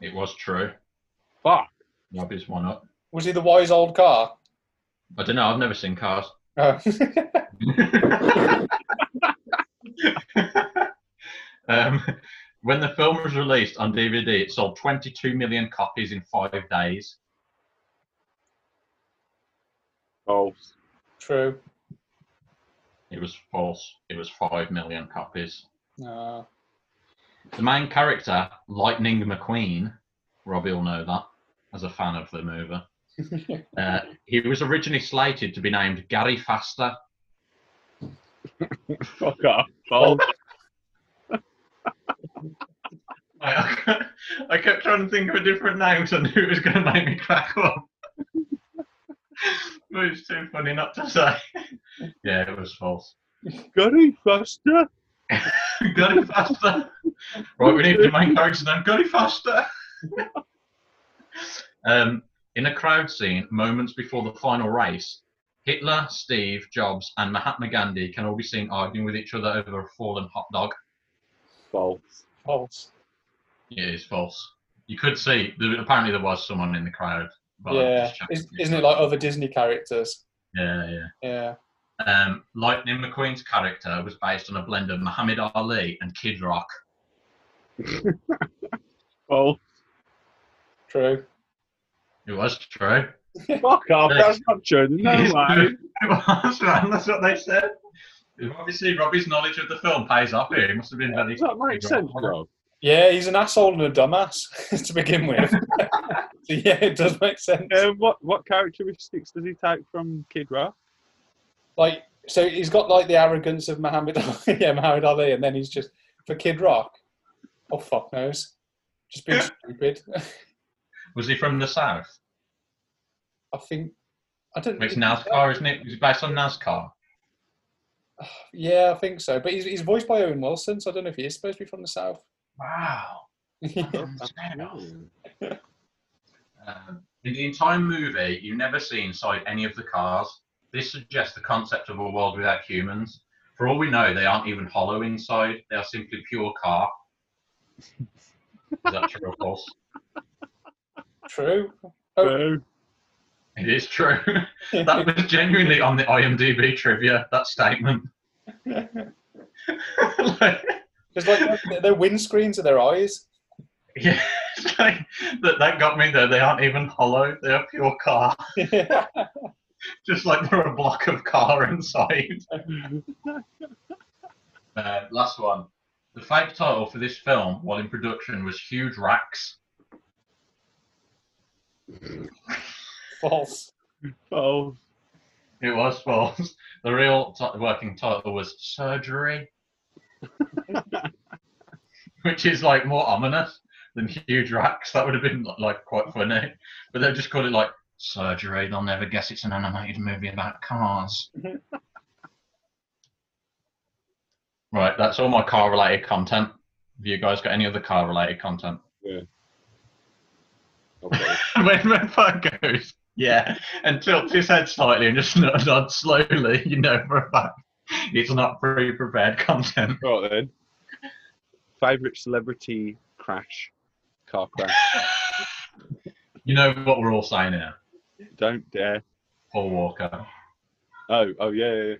Speaker 2: It was true.
Speaker 1: Fuck.
Speaker 2: Rob is one up.
Speaker 3: Was he the wise old car?
Speaker 2: I don't know. I've never seen Cars.
Speaker 3: Oh.
Speaker 2: um, when the film was released on DVD, it sold 22 million copies in five days.
Speaker 1: False.
Speaker 3: true.
Speaker 2: It was false. It was 5 million copies.
Speaker 3: No.
Speaker 2: The main character, Lightning McQueen, Robbie will know that as a fan of the movie. Uh, he was originally slated to be named Gary Faster.
Speaker 1: Fuck off. False.
Speaker 2: I, I kept trying to think of a different name because I knew it was going to make me crack up. but it's too funny not to say. yeah, it was false.
Speaker 1: Gary Foster.
Speaker 2: Got it faster. right, we need the main character's name. Got it faster. um, in a crowd scene, moments before the final race, Hitler, Steve Jobs, and Mahatma Gandhi can all be seen arguing with each other over a fallen hot dog.
Speaker 1: False.
Speaker 3: False.
Speaker 2: It is false. You could see there, apparently there was someone in the crowd. but I
Speaker 3: yeah.
Speaker 2: just checked
Speaker 3: Is, isn't it like other Disney characters?
Speaker 2: Yeah, yeah.
Speaker 3: Yeah.
Speaker 2: Um, Lightning McQueen's character was based on a blend of Muhammad Ali and Kid Rock.
Speaker 1: False.
Speaker 3: True.
Speaker 2: It was true.
Speaker 1: Fuck off. That's not true. No
Speaker 2: Yes.
Speaker 1: way.
Speaker 2: It was, man. That's what they said. Obviously, Robbie's knowledge of the film pays off here. He must have been very.
Speaker 1: Does that make sense, bro?
Speaker 3: Yeah, he's an asshole and a dumbass to begin with. so yeah, it does make sense.
Speaker 1: Um, what what characteristics does he take from Kid Rock?
Speaker 3: Like, so he's got like the arrogance of Muhammad Ali, yeah, Muhammad Ali, and then he's just for Kid Rock. Oh fuck knows, just being stupid.
Speaker 2: Was he from the south?
Speaker 3: I think I don't.
Speaker 2: It's NASCAR, isn't it? He's based on NASCAR.
Speaker 3: Yeah, I think so. But he's, he's voiced by Owen Wilson, so I don't know if he is supposed to be from the south.
Speaker 2: Wow.
Speaker 1: False.
Speaker 2: Um, in the entire movie, you never see inside any of the cars. This suggests the concept of a world without humans. For all we know, they aren't even hollow inside. They are simply pure car. Is that true or false?
Speaker 3: True.
Speaker 2: It is true. that was genuinely on the IMDb trivia, that statement. Like,
Speaker 3: Because like their windscreens are their eyes.
Speaker 2: yeah, it's like, that, that got me there. They aren't even hollow. They are pure car.
Speaker 3: yeah.
Speaker 2: Just like they're a block of car inside. Uh, last one. The fake title for this film, while in production, was Huge Racks.
Speaker 3: False.
Speaker 1: False.
Speaker 2: It was false. The real t- working title was Surgery, which is like more ominous than Huge Racks. That would have been like quite funny, but they just called it like Surgery. They'll never guess it's an animated movie about cars. right, that's all my car-related content. Have you guys got any other car-related content?
Speaker 1: Okay.
Speaker 2: when when Fud goes, yeah, and tilts his head slightly and just nod, nod slowly, you know for a fact it's not pre-prepared content.
Speaker 1: Right then. Favorite celebrity crash, car crash.
Speaker 2: You know what we're all saying here.
Speaker 1: Don't dare.
Speaker 2: Paul Walker.
Speaker 1: Oh, oh yeah. yeah, yeah.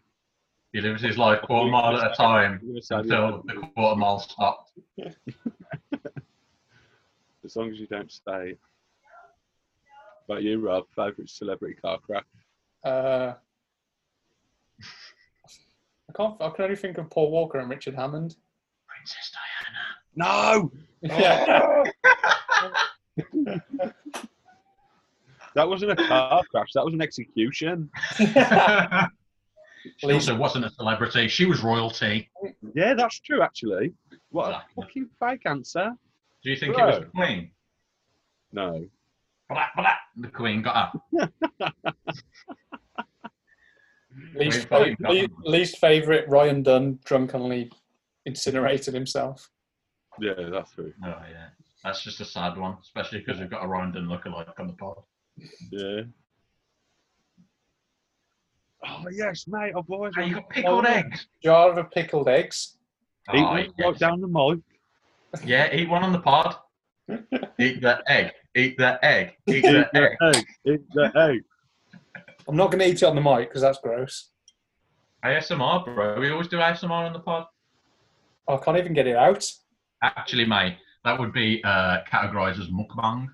Speaker 2: He lives his life quarter mile at a time
Speaker 1: I'm gonna say
Speaker 2: until the quarter mile stopped.
Speaker 1: As long as you don't stay. But you, Rob, favorite celebrity car crash.
Speaker 3: Uh, I can't. I can only think of Paul Walker and Richard Hammond.
Speaker 2: Princess Diana.
Speaker 1: No.
Speaker 3: yeah.
Speaker 1: That wasn't a car crash. That was an execution.
Speaker 2: Oh. she also wasn't a celebrity. She was royalty.
Speaker 1: Yeah, that's true actually. What a
Speaker 2: Exactly.
Speaker 1: fucking fake answer.
Speaker 2: Do you think it was
Speaker 1: Bro.
Speaker 2: the Queen?
Speaker 1: No.
Speaker 2: Blah, blah. The Queen got up.
Speaker 3: Least,
Speaker 2: Wait,
Speaker 3: fa- le- least favourite, Ryan Dunn drunkenly incinerated himself.
Speaker 1: Yeah, that's true.
Speaker 2: Oh, yeah. That's just a sad one, especially because we've got a Rondon lookalike on the pod.
Speaker 1: Yeah. Oh yes, mate. I've always.
Speaker 2: Hey, you
Speaker 1: wanted
Speaker 2: got pickled
Speaker 1: to-
Speaker 2: eggs.
Speaker 3: Jar of pickled eggs.
Speaker 1: Eat
Speaker 2: Oh,
Speaker 1: one right down the mic.
Speaker 2: Yeah, eat one on the pod. eat that egg. Eat that egg. Eat
Speaker 1: Eat
Speaker 2: that egg.
Speaker 1: the egg. Eat the egg.
Speaker 3: I'm not going to eat it on the mic because that's gross.
Speaker 2: ASMR, bro. We always do ASMR on the pod.
Speaker 3: I can't even get it out.
Speaker 2: Actually, mate, that would be uh, categorised as mukbang,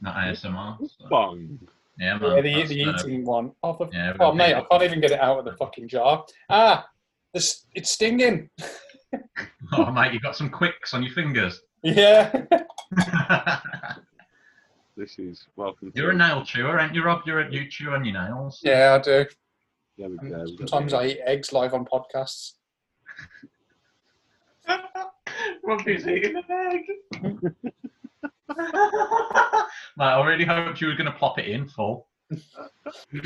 Speaker 2: not ASMR. so-
Speaker 1: Bong.
Speaker 2: yeah, man.
Speaker 3: Yeah, the,
Speaker 2: that's,
Speaker 3: the
Speaker 2: uh,
Speaker 3: eating one. Oh, for-
Speaker 2: yeah,
Speaker 3: oh,
Speaker 2: we-
Speaker 3: mate, I can't even get it out of the fucking jar. Ah, this, it's stinging.
Speaker 2: Oh, mate, you got some quicks on your fingers.
Speaker 3: Yeah.
Speaker 1: This is welcome.
Speaker 2: You're a
Speaker 1: to-
Speaker 2: nail chewer, aren't you, Rob? You're a, you chew on your nails.
Speaker 3: yeah, I do.
Speaker 1: There we go. we've got
Speaker 3: Sometimes
Speaker 1: it.
Speaker 3: I eat eggs live on podcasts.
Speaker 2: Rob is eating an egg. mate, I really hoped you were going to plop it in full.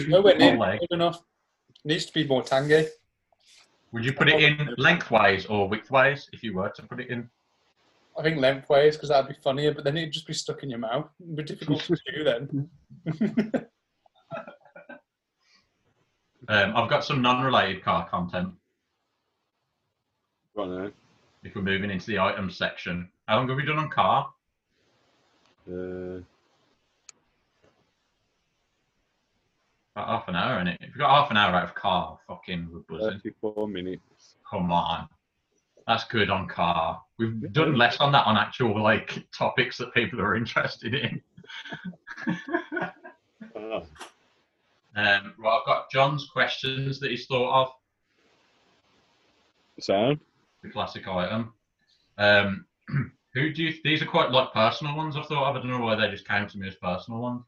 Speaker 3: Nowhere near
Speaker 2: Whole egg.
Speaker 3: good enough. Needs to be more tangy.
Speaker 2: Would you put it in lengthways or widthways if you were to put it in?
Speaker 3: I think lengthways because that'd be funnier, but then it'd just be stuck in your mouth. It'd be difficult to chew then.
Speaker 2: Um, I've got some non-related car content.
Speaker 1: Go on,
Speaker 2: If we're moving into the items section, how long have we done on car?
Speaker 1: eh? Uh,
Speaker 2: About half an hour, innit? If we got half an hour out of car, fucking we're buzzing.
Speaker 1: 34 minutes.
Speaker 2: Come on, that's good on car. We've done less on that on actual like topics that people are interested in.
Speaker 1: Oh,
Speaker 2: Um, well, I've got John's questions that he's thought of.
Speaker 1: sound?
Speaker 2: the classic item. Um, who do you? These are quite like personal ones. I thought of. I don't know why they just came to me as personal ones.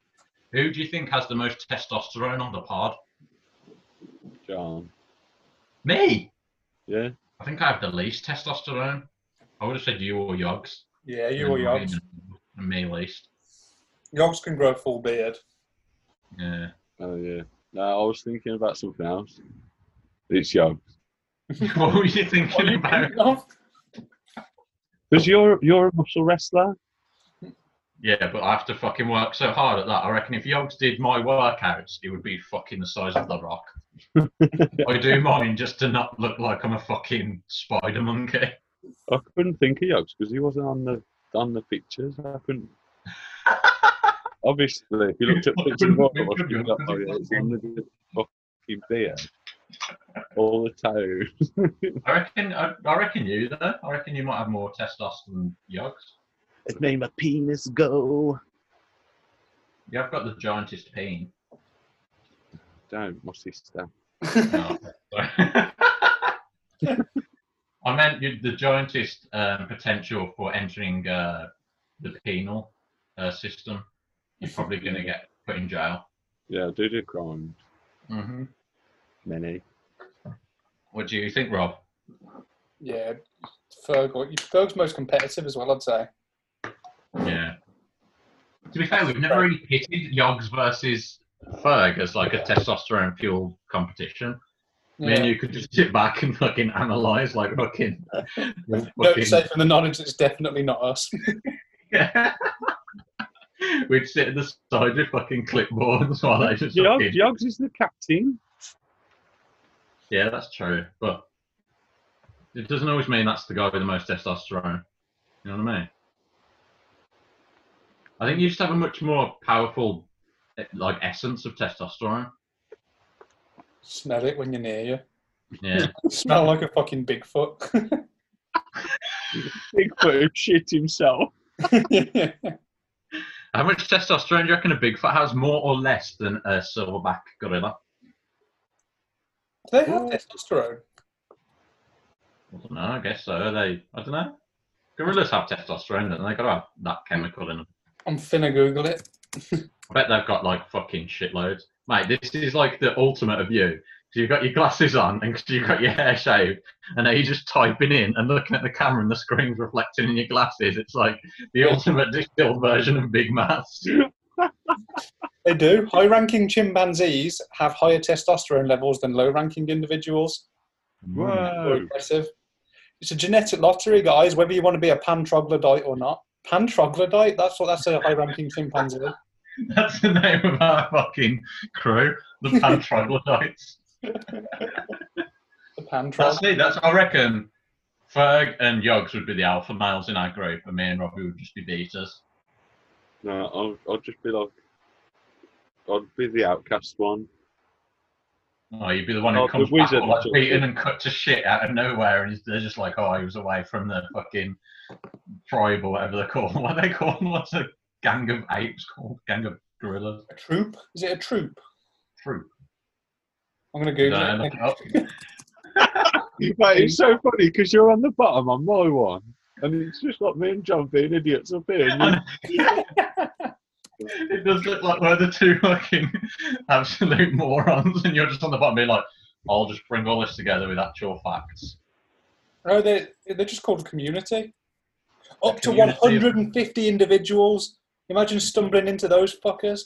Speaker 2: Who do you think has the most testosterone on the pod?
Speaker 1: John.
Speaker 2: Me.
Speaker 1: Yeah.
Speaker 2: I think I have the least testosterone. I would have said you or Yogs.
Speaker 3: Yeah, you or yogs.
Speaker 2: And me least.
Speaker 3: Yogs can grow a full beard.
Speaker 2: Yeah.
Speaker 1: Oh, yeah. No, I was thinking about something else. It's young.
Speaker 2: what were you thinking about?
Speaker 1: Because you're, you're a muscle wrestler.
Speaker 2: Yeah, but I have to fucking work so hard at that. I reckon if Yogs did my workouts, it would be fucking the size of the rock. I do mine just to not look like I'm a fucking spider monkey.
Speaker 1: I couldn't think of Yogs because he wasn't on the on the pictures. I couldn't. Obviously, if you looked at
Speaker 2: I
Speaker 1: pictures
Speaker 2: couldn't
Speaker 1: of us,
Speaker 2: think of
Speaker 1: you'd
Speaker 2: Yogs
Speaker 1: go, oh,
Speaker 2: because he
Speaker 1: yeah, it's
Speaker 2: wasn't."
Speaker 1: under the fucking beard all the time.
Speaker 2: I reckon. I, I reckon you though. I reckon you might have more testosterone than Yogs.
Speaker 1: It made my penis go.
Speaker 2: You have got the giantest peen.
Speaker 1: Don't, my sister.
Speaker 2: No, sorry. I meant you, the giantest um, potential for entering uh, the penal uh, system. You're probably going to get put in jail.
Speaker 1: Yeah, I do do crimes.
Speaker 2: Mm-hmm.
Speaker 1: Many.
Speaker 2: What do you think, Rob?
Speaker 3: Yeah, Ferg. Ferg's most competitive as well, I'd say.
Speaker 2: Yeah. To be fair, we've never really pitted Yogs versus Ferg as like a testosterone fueled competition. Me and you could just sit back and fucking analyze like fucking.
Speaker 3: No,
Speaker 2: fucking-
Speaker 3: say from the knowledge, it's definitely not us.
Speaker 2: yeah. We'd sit at the side with fucking clipboards while they just.
Speaker 1: Yogs,
Speaker 2: fucking-
Speaker 1: Yogs is the captain.
Speaker 2: Yeah, that's true. But it doesn't always mean that's the guy with the most testosterone. You know what I mean? I think you just have a much more powerful, eh, like, essence of testosterone.
Speaker 3: Smell it when you're near you.
Speaker 2: Yeah.
Speaker 3: Smell like a fucking Bigfoot.
Speaker 1: Bigfoot who shit himself.
Speaker 2: How much testosterone do you reckon a Bigfoot has more or less than a silverback gorilla?
Speaker 3: Do they have testosterone?
Speaker 2: I don't know. I guess so. Are they? I don't know. Gorillas have testosterone, don't they? They got to have that chemical in them.
Speaker 3: I'm finna Google it.
Speaker 2: I bet they've got like fucking shitloads. Mate, this is like the ultimate of you. 'Cause So you've got your glasses on and you've got your hair shaved, and now you're just typing in and looking at the camera and the screen's reflecting in your glasses. It's like the ultimate distilled version of Big Mass.
Speaker 3: They do. High ranking chimpanzees have higher testosterone levels than low ranking individuals. More
Speaker 1: Whoa.
Speaker 3: aggressive. Hmm. It's a genetic lottery, guys, whether you want to be a pan troglodyte or not. Pan troglodyte? That's what that's a high ranking chimpanzee.
Speaker 2: That's the name of our fucking crew, the Pan Troglodytes.
Speaker 3: The pan
Speaker 2: That's
Speaker 3: trog.
Speaker 2: it. That's I reckon. Ferg and Yogs would be the alpha males in our group, and me and Robbie would just be beaters.
Speaker 1: No, I'll, I'll just be like, I'd be the outcast one.
Speaker 2: Oh, you'd be the one who
Speaker 1: Oh, the
Speaker 2: comes back
Speaker 1: wizard.
Speaker 2: all, like, beaten and cut to shit out of nowhere, and he's- they're just like, "Oh, he was away from the fucking tribe or whatever they're called. What are they called? What's a gang of apes called? Gang of gorillas?
Speaker 3: A troop? Is it a troop?
Speaker 2: Troop?
Speaker 3: I'm going to
Speaker 2: Did
Speaker 3: Google
Speaker 2: I
Speaker 3: it.
Speaker 2: look it up?
Speaker 1: Mate, it's so funny because you're on the bottom on my one, and it's just like me and John being idiots up here. and you-
Speaker 2: it does look like we're the two fucking absolute morons, and you're just on the bottom being like, "I'll just bring all this together with actual facts."
Speaker 3: No, they're, they're just called a community. Up to
Speaker 2: community of-
Speaker 3: 150 individuals. Imagine stumbling into those fuckers.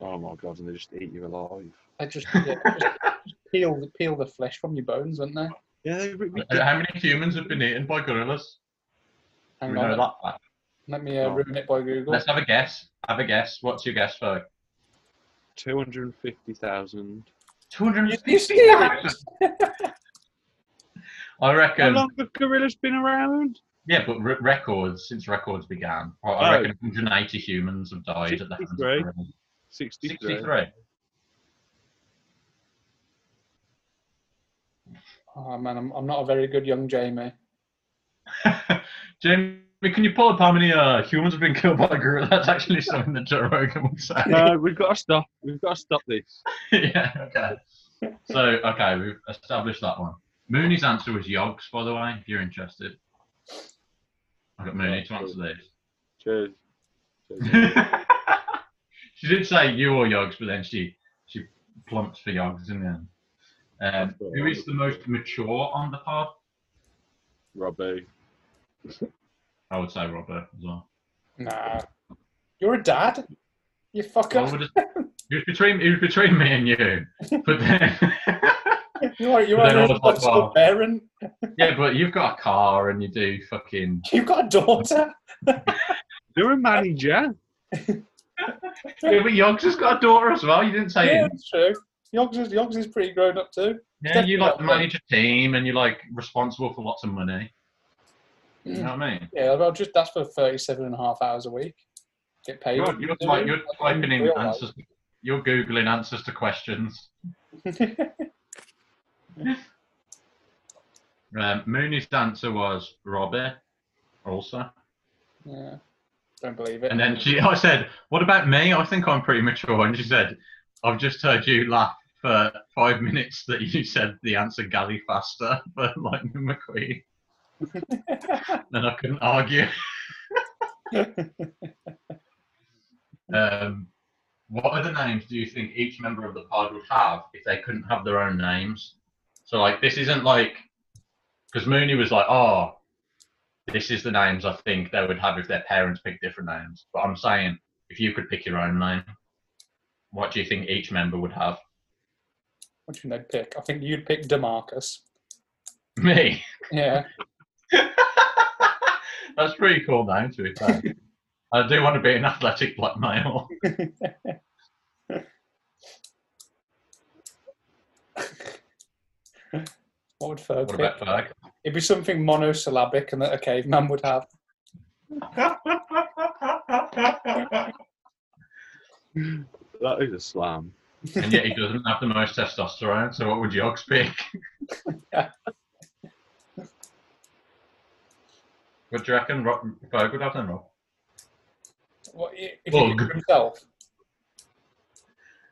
Speaker 1: oh my god, and they just eat you alive.
Speaker 3: They just, yeah, just peel, peel the flesh from your bones, wouldn't they?
Speaker 1: Yeah, they rip me
Speaker 2: Uh, How many humans have been eaten by gorillas? Do
Speaker 3: Hang
Speaker 2: we know
Speaker 3: on.
Speaker 2: that fact?
Speaker 3: Let me uh,
Speaker 1: Oh.
Speaker 3: ruin it by Google.
Speaker 2: Let's have a guess. Have a guess. What's your guess, Ferg?
Speaker 1: 250,000.
Speaker 3: You
Speaker 2: 250,000.
Speaker 3: serious?
Speaker 2: I
Speaker 1: How
Speaker 2: reckon.
Speaker 1: long have gorillas been around?
Speaker 2: Yeah, but re- records since records began, I-
Speaker 1: Oh.
Speaker 2: I reckon 180 humans have died at the hands of
Speaker 1: 63.
Speaker 2: gorillas.
Speaker 1: 63.
Speaker 2: 63.
Speaker 3: Oh man, I'm, I'm not a very good young Jamie.
Speaker 2: Jamie, can you pull up how many uh, humans have been killed by gorillas? That's actually something that Joe Rogan would say.
Speaker 1: No, we've got to stop. We've got to stop this.
Speaker 2: yeah, okay. So, okay, we've established that one. Mooney's answer was yogs, by the way, if you're interested. I've got Mooney to answer
Speaker 1: Cheers. Cheers.
Speaker 2: this. she did say you or yogs, but then she she plumps for yogs in the end. Um, who is the most mature on the pod?
Speaker 1: Robbie.
Speaker 2: I would say Robert as well.
Speaker 3: Nah, you're a dad. You
Speaker 2: I
Speaker 3: fucker.
Speaker 2: would- It was between it was between me and you, but then
Speaker 3: You are you
Speaker 2: But
Speaker 3: are
Speaker 2: then
Speaker 3: a
Speaker 2: all the
Speaker 3: responsible
Speaker 2: football.
Speaker 3: parent.
Speaker 2: Yeah, but you've got a car and you do fucking.
Speaker 3: You've got a daughter.
Speaker 1: You're a manager.
Speaker 2: Yeah, but Yogs has got a daughter as well. You didn't say.
Speaker 3: Yeah, that's true. Yogs is, Yogs is pretty grown up too.
Speaker 2: Yeah, you like manage a team and you're like responsible for lots of money. You know
Speaker 3: Yeah,
Speaker 2: what I mean?
Speaker 3: well, just that's for 37 and a half hours a week. Get paid.
Speaker 2: You're, you're, like, you're typing in
Speaker 3: real life.
Speaker 2: answers. You're googling answers to questions. Um, Mooney's answer was Robbie, also,
Speaker 3: yeah, don't believe it.
Speaker 2: and then she. I said, "What about me? I think I'm pretty mature." And she said, "I've just heard you laugh." For five minutes, that you said the answer galley faster for Lightning McQueen, then I couldn't argue. Um, what other names do you think each member of the pod would have if they couldn't have their own names? So, like, this isn't like because Mooney was like, oh, this is the names I think they would have if their parents picked different names. But I'm saying if you could pick your own name, what do you think each member would have?
Speaker 3: what do you think they'd pick? I think you'd pick Demarcus.
Speaker 2: Me.
Speaker 3: Yeah.
Speaker 2: That's pretty cool name to be fair. I do want to be an athletic black male.
Speaker 3: What would Ferg
Speaker 2: What
Speaker 3: pick?
Speaker 2: about Ferg?
Speaker 3: It'd be something monosyllabic and that a caveman would have.
Speaker 1: That is a slam.
Speaker 2: and yet he doesn't have the most testosterone. So what would Yogs pick? what do you reckon Rob, Ferg would have then, Rob?
Speaker 3: What, i- if he did it
Speaker 2: Bug.
Speaker 3: himself?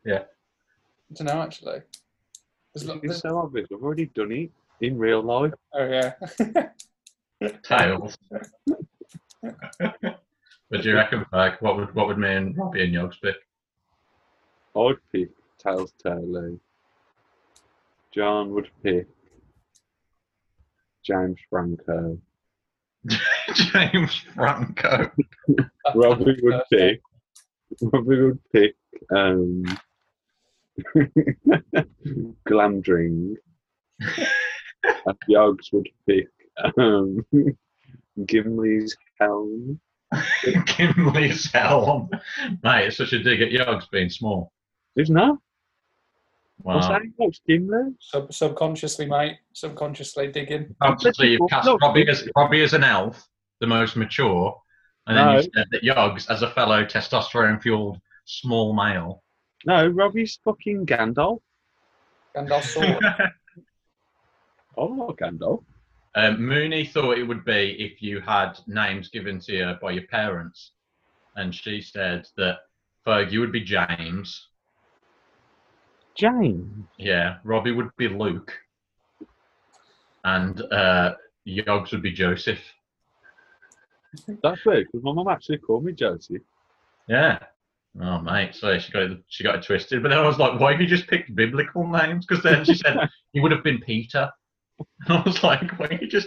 Speaker 2: Yeah.
Speaker 3: I don't know actually. There's, lo-
Speaker 1: It's
Speaker 3: there's,
Speaker 1: so obvious. I've already done it in real life.
Speaker 3: oh yeah.
Speaker 2: Tails. what do you reckon, Ferg? What would what would me and Robbie and Yogs pick?
Speaker 1: I'd pick Tails Taylor. John would pick James Franco.
Speaker 2: James Franco.
Speaker 1: Robbie would pick. Robbie would pick. Um, Glamdring. and Yogs would pick um, Gimli's Helm.
Speaker 2: Gimli's helm. Mate, it's such a dig at Yogs being small.
Speaker 1: Isn't that? What's
Speaker 2: Wow.
Speaker 1: that? What's Gimli?
Speaker 3: Sub- subconsciously, mate. Subconsciously digging.
Speaker 2: Obviously, you've cast
Speaker 1: Look.
Speaker 2: Robbie, as, Robbie as an elf, the most mature, and then
Speaker 1: No.
Speaker 2: you said that Yogs as a fellow testosterone fueled small male.
Speaker 1: No, Robbie's fucking Gandalf.
Speaker 3: Gandalf sword.
Speaker 1: Oh, not Gandalf.
Speaker 2: Um, Mooney thought it would be if you had names given to you by your parents, and she said that Ferg, you would be James.
Speaker 1: James.
Speaker 2: Yeah, Robbie would be Luke, and uh, Yogs would be Joseph.
Speaker 1: That's weird, because my mum actually called me Josie.
Speaker 2: Yeah. Oh mate, so she got it, she got it twisted. But then I was like, why have you just picked biblical names? Because then she said you would have been Peter. And I was like, why are you just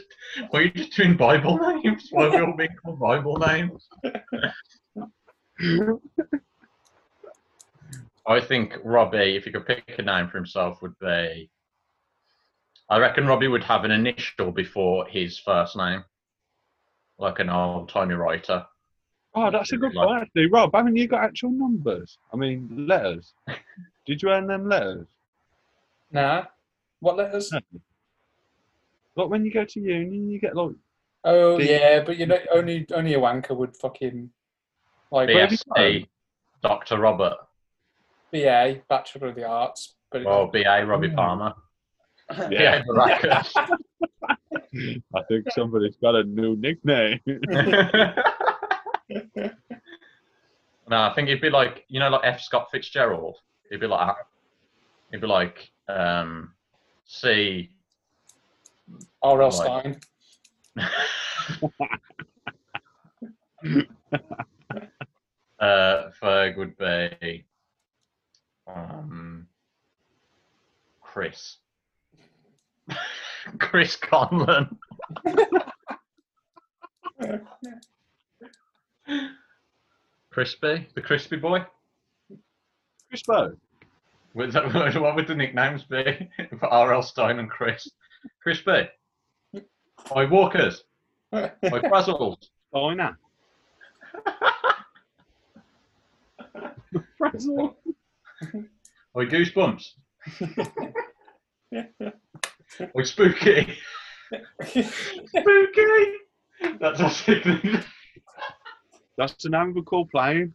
Speaker 2: why are you just doing Bible names? Why are we all being called Bible names?
Speaker 1: Oh,
Speaker 2: I think Robbie, if he could pick a name for himself, would be. I reckon Robbie would have an initial before his first name, like an old timey writer.
Speaker 1: Oh, that's a good point, actually. Rob, haven't you got actual numbers? I mean, letters. Did you earn them letters?
Speaker 3: nah. What letters?
Speaker 1: Like when you go to uni, you get like.
Speaker 3: Oh
Speaker 1: Big-
Speaker 3: yeah, but you know, only only a wanker would fucking like
Speaker 1: Big-
Speaker 2: BSc, Dr. E, Robert.
Speaker 3: BA, Bachelor of the Arts. But it-
Speaker 2: Well, BA Robbie
Speaker 1: Hmm.
Speaker 2: Palmer.
Speaker 1: Yeah.
Speaker 2: BA Baracus.
Speaker 1: I think somebody's got a new nickname.
Speaker 2: no, I think it'd be like you know, like F. Scott Fitzgerald. It'd be like it'd be like um, C.
Speaker 3: R.L.
Speaker 2: Right.
Speaker 3: Stein.
Speaker 2: uh, Ferg would be um, Chris. Chris Conlon. Crispy, the crispy boy.
Speaker 1: Crispo.
Speaker 2: Would that, what would the nicknames be for R.L. Stein and Chris? Crispy. Oi Walkers. Oi Frazzles.
Speaker 1: Oh, nah. Frazzle.
Speaker 2: Oi Goosebumps. Oi Spooky. Spooky. That's a sickness.
Speaker 1: That's the name of a cool plane.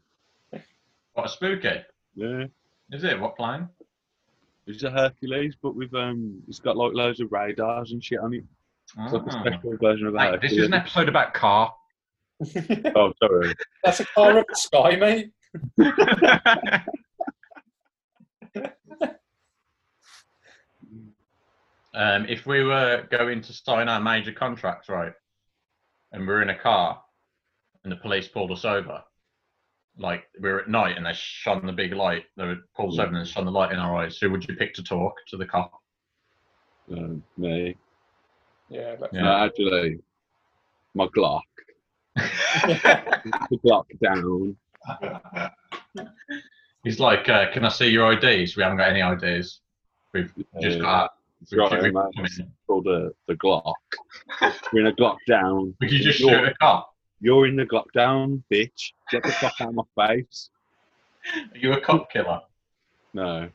Speaker 2: What a spooky.
Speaker 1: Yeah.
Speaker 2: Is it? What plane?
Speaker 1: It's a Hercules, but with um, it's got like loads of radars and shit on it. It's like a
Speaker 2: Ah.
Speaker 1: special version of a
Speaker 2: Hey, this is
Speaker 1: Hercules.
Speaker 2: an episode about car.
Speaker 1: Oh, sorry.
Speaker 3: That's a car of the sky, mate.
Speaker 2: um, if we were going to sign our major contracts, right, and we're in a car, and the police pulled us over, like we were at night and they shone the big light, they pulled us over and shone the light in our eyes. Who would you pick to talk to the cop?
Speaker 1: Um, me.
Speaker 3: Yeah, but
Speaker 2: Yeah.
Speaker 1: No, actually, my Glock. The Glock down.
Speaker 2: He's like, uh, "Can I see your IDs? We haven't got any IDs. We've just
Speaker 1: Uh,
Speaker 2: got our
Speaker 1: It's right,
Speaker 2: we,
Speaker 1: mate. It's called the, the Glock. We're in a Glock down.
Speaker 2: we could just
Speaker 1: You're-
Speaker 2: shoot a cop.
Speaker 1: You're in the Glock down, bitch. Get the fuck out of my face.
Speaker 2: Are you a cop killer?
Speaker 1: No.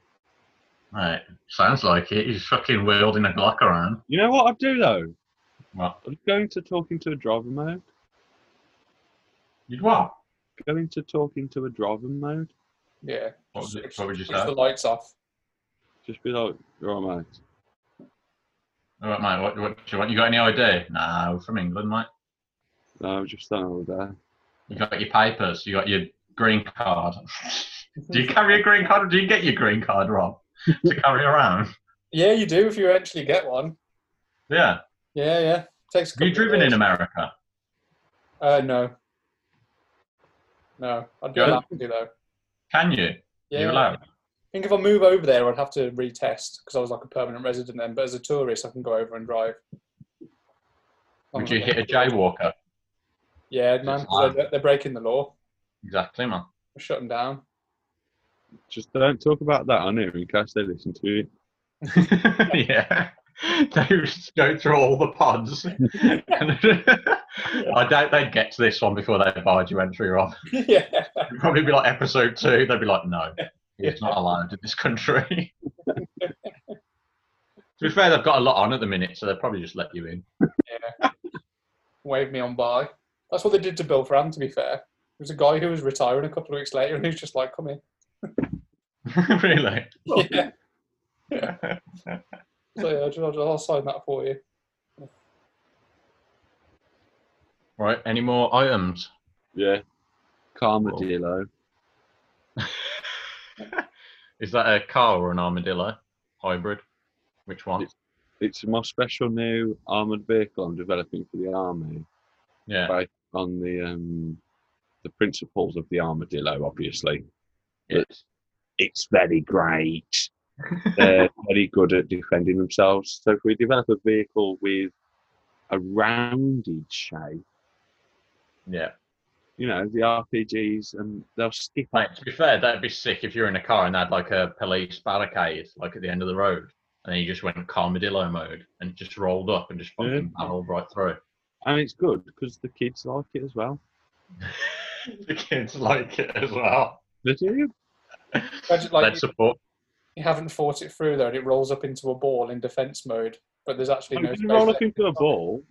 Speaker 2: Right. Sounds like it. He's fucking wielding a Glock around.
Speaker 1: You know what I'd do though?
Speaker 2: What?
Speaker 1: I'd go into talking to a driver mode.
Speaker 2: You'd what?
Speaker 1: Go into talking to a driver mode.
Speaker 3: yeah.
Speaker 2: What, was it,
Speaker 3: Switch-
Speaker 2: what would you
Speaker 3: switch
Speaker 2: say?
Speaker 3: the lights off.
Speaker 1: Just be like, right, mate.
Speaker 2: All right, mate. What, what do you want? You got any idea? No, we're from England, mate.
Speaker 1: No, I'm just done all day.
Speaker 2: You got your papers. You got your green card. do you carry a green card, or do you get your green card, Rob, to carry around?
Speaker 3: Yeah, you do if you actually get one.
Speaker 2: Yeah.
Speaker 3: Yeah, yeah. Takes.
Speaker 2: Have you driven in
Speaker 3: a?
Speaker 2: America?
Speaker 3: Uh, no. No, I'd be
Speaker 2: Yeah.
Speaker 3: allowed to though.
Speaker 2: Can you? Are
Speaker 3: Yeah,
Speaker 2: You allowed?
Speaker 3: think if I move over there, I'd have to retest because I was like a permanent resident then. But as a tourist, I can go over and drive.
Speaker 2: Would you hit a jaywalker?
Speaker 3: Yeah, man. 'cause They're, they're breaking the law.
Speaker 2: Exactly, man.
Speaker 3: Shut them down.
Speaker 1: Just don't talk about that on here in case they listen to it.
Speaker 2: yeah. They just go through all the pods. I doubt they'd get to this one before they barred you entry, Rob.
Speaker 3: yeah.
Speaker 2: It'd probably be like episode two. They'd be like, no, it's not allowed in this country. to be fair, they've got a lot on at the minute, so they'll probably just let you in.
Speaker 3: waved me on by. That's what they did to Bill Fran, to be fair. There was a guy who was retiring a couple of weeks later and he was just like, come in.
Speaker 2: really?
Speaker 3: Yeah. So yeah, I'll, I'll- I'll sign that for you.
Speaker 2: Right, any more items?
Speaker 1: Yeah.
Speaker 2: Oh.
Speaker 1: Carmadillo.
Speaker 2: Is that a car or an armadillo? Hybrid? Which one?
Speaker 1: It's my special new armoured vehicle I'm developing for the army
Speaker 2: Yeah.
Speaker 1: based on the um, the principles of the armadillo, obviously.
Speaker 2: Yes.
Speaker 1: It's very great. They're very good at defending themselves. So if we develop a vehicle with a rounded shape,
Speaker 2: Yeah.
Speaker 1: you know, the RPGs and um, they'll skip
Speaker 2: Like, to be fair, that'd be sick if you're in a car and had like a police barricade, like at the end of the road, and then you just went Carmadillo mode and it just rolled up and just fucking
Speaker 1: Yeah.
Speaker 2: barreled right through.
Speaker 1: and it's good because the kids like it as well.
Speaker 2: the kids like it as well.
Speaker 1: They do.
Speaker 3: Imagine, like,
Speaker 2: They'd support.
Speaker 3: You haven't thought it through though, and it rolls up into a ball in defense mode, but there's actually no
Speaker 1: If
Speaker 3: space.
Speaker 1: you roll up
Speaker 3: left.
Speaker 1: into a ball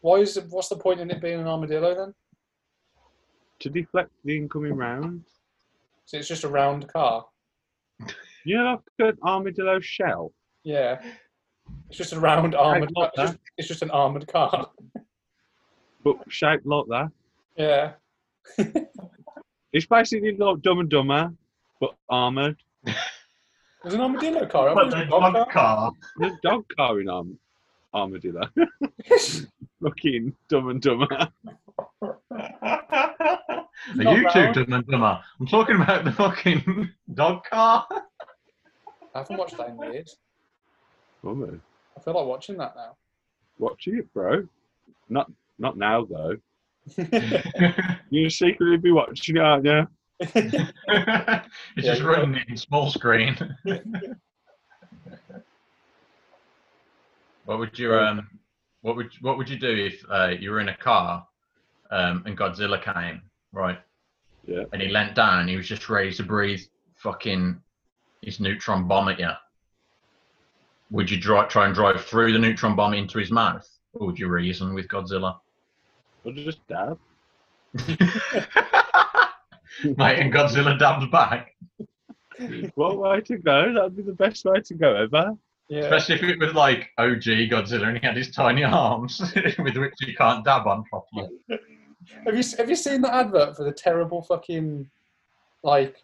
Speaker 3: Why is it, what's the point in it being an armadillo then?
Speaker 1: to deflect the incoming round.
Speaker 3: So it's just a round car.
Speaker 1: You know, like an armadillo shell.
Speaker 3: Yeah. It's just a round armored
Speaker 1: got
Speaker 3: It's just, it's just an armored car.
Speaker 1: but shaped like that.
Speaker 3: Yeah.
Speaker 1: It's basically like Dumb and Dumber, but armoured.
Speaker 3: There's an armadillo car. I
Speaker 2: But
Speaker 3: thought it
Speaker 2: they'd
Speaker 3: was a
Speaker 2: love
Speaker 3: dog
Speaker 2: a car.
Speaker 1: There's a dog car in arm- Armadillo.
Speaker 3: car.
Speaker 1: Fucking Dumb and Dumber.
Speaker 2: Are
Speaker 3: Not
Speaker 2: you two
Speaker 3: round.
Speaker 2: dumb and dumber? I'm talking about the fucking dog car.
Speaker 3: I haven't watched that in years.
Speaker 1: Bummer.
Speaker 3: I feel like watching that now.
Speaker 1: Watching it, bro. Not not now, though.
Speaker 3: yeah,
Speaker 1: You secretly be watching it, aren't you?
Speaker 2: it's just
Speaker 3: you
Speaker 2: running in small screen. what would you um? What would what would you do if uh, you were in a car, um, and Godzilla came right?
Speaker 1: Yeah.
Speaker 2: And he leant down. and He was just ready to breathe fucking his neutron bomb at you. Would you dri try and drive through the neutron bomb into his mouth, or would you reason with Godzilla?
Speaker 1: Or just dab.
Speaker 2: Mate, and Godzilla dabs back.
Speaker 1: What way to go? That'd be the best way to go ever.
Speaker 2: Especially if it was like OG Godzilla and he had his tiny arms with which you can't dab on properly.
Speaker 3: Have you have you seen that advert for the terrible fucking like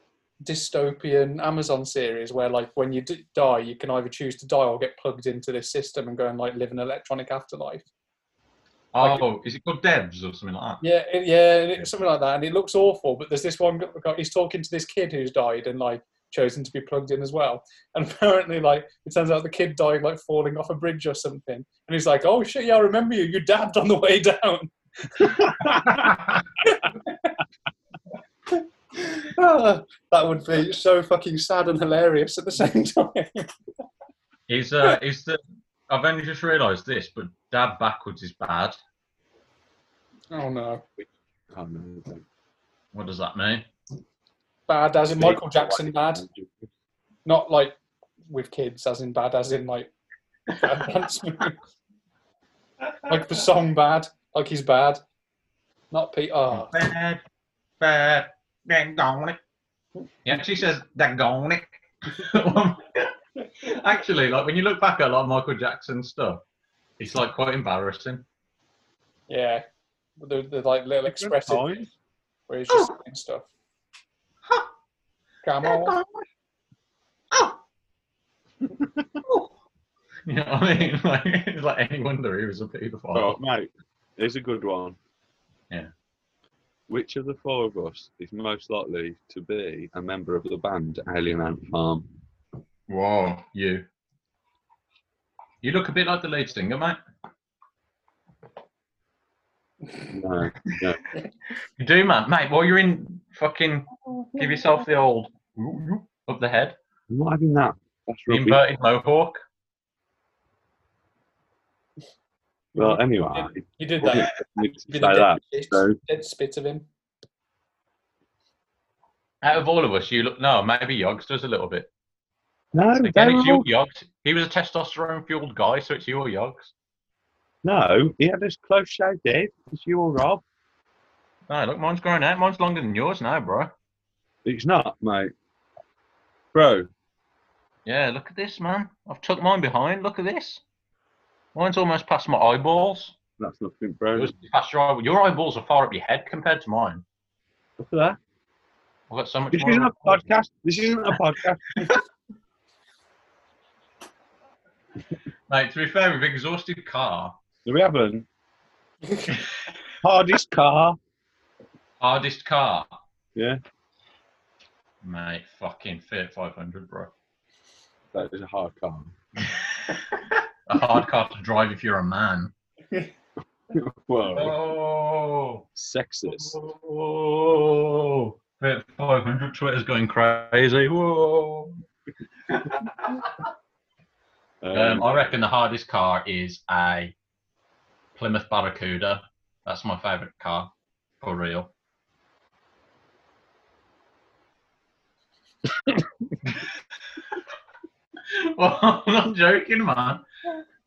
Speaker 3: dystopian Amazon series where like when you d- die you can either choose to die or get plugged into this system and go and like live an electronic afterlife.
Speaker 2: Oh, is it called Debs or something like that?
Speaker 3: Yeah, it, yeah, and it's something like that, and it looks awful. But there's this one guy. He's talking to this kid who's died and like chosen to be plugged in as well. And apparently, like it turns out the kid died like falling off a bridge or something. And he's like, "Oh shit, yeah, I remember you. You dabbed on the way down." Ah, that would be so fucking sad and hilarious at the same time.
Speaker 2: is uh, is the I've only just realised this, but dab backwards is bad.
Speaker 3: oh no,
Speaker 1: Oh, no. no.
Speaker 2: What does that mean?
Speaker 3: bad as in Michael Jackson bad, not like with kids as in bad as in like dance move. like the song bad, like he's bad. Not Pete. Oh,
Speaker 1: Hmm.
Speaker 2: Bad, bad, dangone it. He actually says dangone it. actually, like when you look back at a lot of Michael Jackson stuff, it's like quite embarrassing.
Speaker 3: yeah. The, the like little expressive
Speaker 1: Time.
Speaker 3: where he's just saying stuff. Come on.
Speaker 2: You know what I mean? Like, it's like any wonder he was a paedophile.
Speaker 1: Oh, mate, here's a good one.
Speaker 2: Yeah.
Speaker 1: Which of the four of us is most likely to be a member of the band Alien Ant Farm?
Speaker 2: Whoa, you. You look a bit like the lead singer, mate.
Speaker 1: No.
Speaker 2: You do, man. Mate, while you're in fucking, give yourself the old up the head,
Speaker 1: I'm not having that. That's
Speaker 2: the
Speaker 1: rubbish.
Speaker 2: inverted mohawk.
Speaker 1: Well, anyway,
Speaker 3: You did
Speaker 1: I
Speaker 3: that.
Speaker 1: need to
Speaker 3: You
Speaker 1: say
Speaker 3: did the
Speaker 1: that.
Speaker 3: dead, spit-
Speaker 1: so-
Speaker 3: dead spit of him.
Speaker 2: Out of all of us, you look, no, maybe Yogs does a little bit.
Speaker 1: No,
Speaker 2: Again,
Speaker 1: they're
Speaker 2: it's
Speaker 1: all-
Speaker 2: you, Yogs. He was a testosterone fueled guy, so it's you or Yogs.
Speaker 1: no, he had this close shave head. It's you or Rob.
Speaker 2: No, look, mine's growing out. Mine's longer than yours now, bro.
Speaker 1: It's not, mate. Bro,
Speaker 2: Yeah, look at this, man. I've tucked mine behind. Look at this. Mine's almost past my eyeballs.
Speaker 1: that's nothing, bro.
Speaker 2: Yours
Speaker 1: Look
Speaker 2: is past your, eye- your eyeballs are far up your head compared to mine.
Speaker 1: at that.
Speaker 2: I've got so much
Speaker 1: This
Speaker 2: more.
Speaker 1: isn't a podcast. This isn't a podcast.
Speaker 2: Mate, to be fair, we've exhausted car.
Speaker 1: No, we haven't. Hardest car.
Speaker 2: Hardest car.
Speaker 1: Yeah,
Speaker 2: Mate, fucking Fiat 500, bro.
Speaker 1: that is a hard car.
Speaker 2: A hard car to drive if you're a man.
Speaker 1: Whoa,
Speaker 2: Oh.
Speaker 1: sexist.
Speaker 2: Oh. Fiat 500 Twitter's going crazy. Whoa. Um,
Speaker 1: Um,
Speaker 2: I reckon the hardest car is a Plymouth Barracuda. That's my favourite car, for real. well, I'm not joking, man.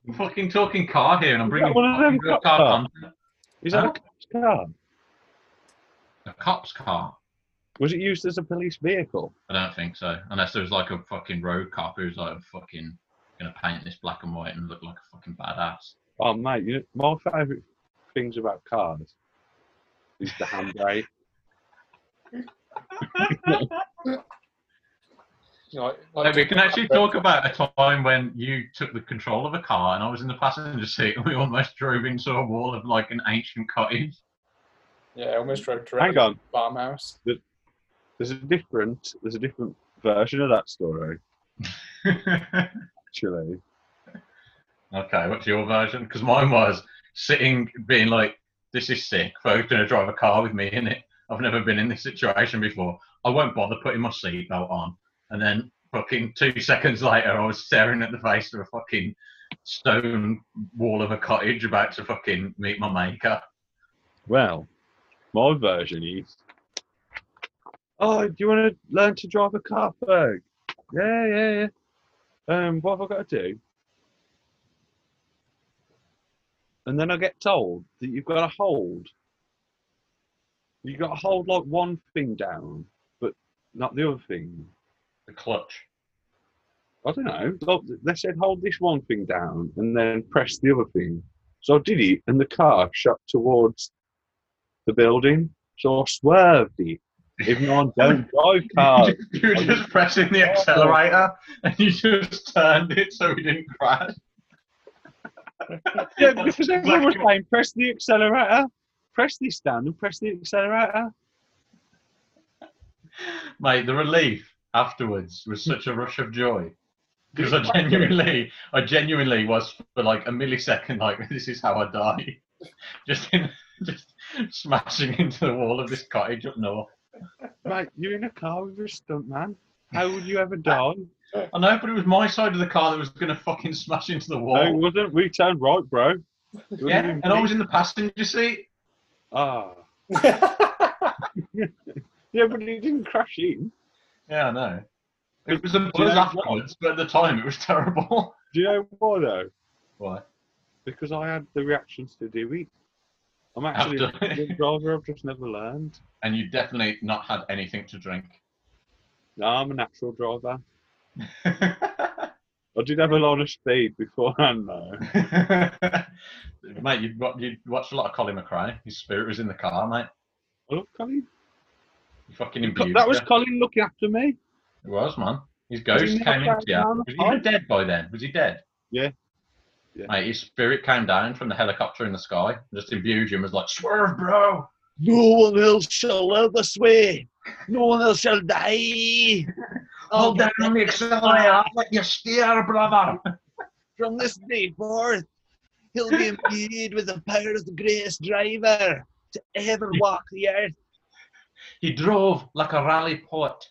Speaker 2: I'm fucking talking car here, and I'm
Speaker 1: Is that
Speaker 2: bringing
Speaker 1: one of them
Speaker 2: fucking real
Speaker 1: cop car?
Speaker 2: content.
Speaker 1: is that a
Speaker 2: huh?
Speaker 1: cop's car?
Speaker 2: A cop's car.
Speaker 1: Was it used as a police vehicle?
Speaker 2: I don't think so. Unless there was like a fucking road cop who's like fucking gonna paint this black and white and look like a fucking badass.
Speaker 1: Oh, mate, you know, my favourite things about cars is the handbrake.
Speaker 3: You know,
Speaker 2: No,
Speaker 3: like,
Speaker 2: we can actually talk about a time when you took the control of a car and I was in the passenger seat and we almost drove into a wall of like an ancient cottage.
Speaker 3: yeah, almost drove
Speaker 1: Hang
Speaker 3: directly to
Speaker 1: on,
Speaker 3: the farmhouse.
Speaker 1: there's a different, there's a different version of that story.
Speaker 2: okay,
Speaker 1: Actually,
Speaker 2: what's your version? Because mine was sitting, being like, this is sick, folks gonna drive a car with me in it. I've never been in this situation before. I won't bother putting my seatbelt on. And then fucking two seconds later, I was staring at the face of a fucking stone wall of a cottage about to fucking meet my maker.
Speaker 1: well, my version is. Oh, do you want to learn to drive a car, Ferg? Yeah, yeah, yeah. Um, what have I got to do? And then I get told that you've got to hold. You've got to hold like one thing down, but not the other thing.
Speaker 2: The clutch.
Speaker 1: I don't know. Like, They said hold this one thing down and then press the other thing. So I did it, and the car shot towards the building. So I swerved it. Even though I don't drive cars,
Speaker 2: You were just pressing the accelerator and you just turned it so we didn't crash.
Speaker 1: yeah, because everyone was saying press the accelerator, press this down, and press the accelerator.
Speaker 2: Mate, the relief afterwards was such a rush of joy. Because I genuinely, I genuinely was for like a millisecond like, this is how I die. Just in, just smashing into the wall of this cottage up north.
Speaker 1: Mate, you're in a car with a stunt man. How would you ever die?
Speaker 2: I know, but it was my side of the car that was going to fucking smash into the
Speaker 1: No, it
Speaker 2: wall.
Speaker 1: wasn't. We turned right, bro. It wasn't
Speaker 2: Yeah,
Speaker 1: even
Speaker 2: and I
Speaker 1: me.
Speaker 2: was in the passenger seat.
Speaker 1: Ah.
Speaker 3: yeah,
Speaker 1: Yeah, but it didn't crash in.
Speaker 2: Yeah, I know. It was a buzz afterwards, but at the time it was terrible.
Speaker 1: Do you know why though?
Speaker 2: Why?
Speaker 1: because I had the reactions to do it. I'm actually a
Speaker 2: After-
Speaker 1: good driver. I've just never learned.
Speaker 2: and you've definitely not had anything to drink.
Speaker 1: No, I'm a natural driver.
Speaker 2: Mate,
Speaker 1: I did have a lot of speed beforehand, though.
Speaker 2: you you watched a lot of Colin McRae. His spirit was in the car, mate.
Speaker 1: I love Colin.
Speaker 2: You fucking
Speaker 1: Co-
Speaker 2: imbued.
Speaker 1: That was
Speaker 2: you.
Speaker 1: Colin looking after me.
Speaker 2: it was man. His ghost
Speaker 1: he
Speaker 2: came
Speaker 1: knock down
Speaker 2: into you.
Speaker 1: down
Speaker 2: Was
Speaker 1: the
Speaker 2: he
Speaker 1: pipe?
Speaker 2: dead by then? Was he dead?
Speaker 1: Yeah. Yeah.
Speaker 2: Mate, his spirit came down from the helicopter in the sky, and just imbued you, and was like, "Swerve, bro!
Speaker 1: No one else shall live this way. No one else shall die. Oh,
Speaker 2: Hold down on the accelerator. I'll let you steer, brother.
Speaker 1: From this day forth, he'll be imbued with the power of the greatest driver to ever walk the earth.
Speaker 2: He drove like a rally port.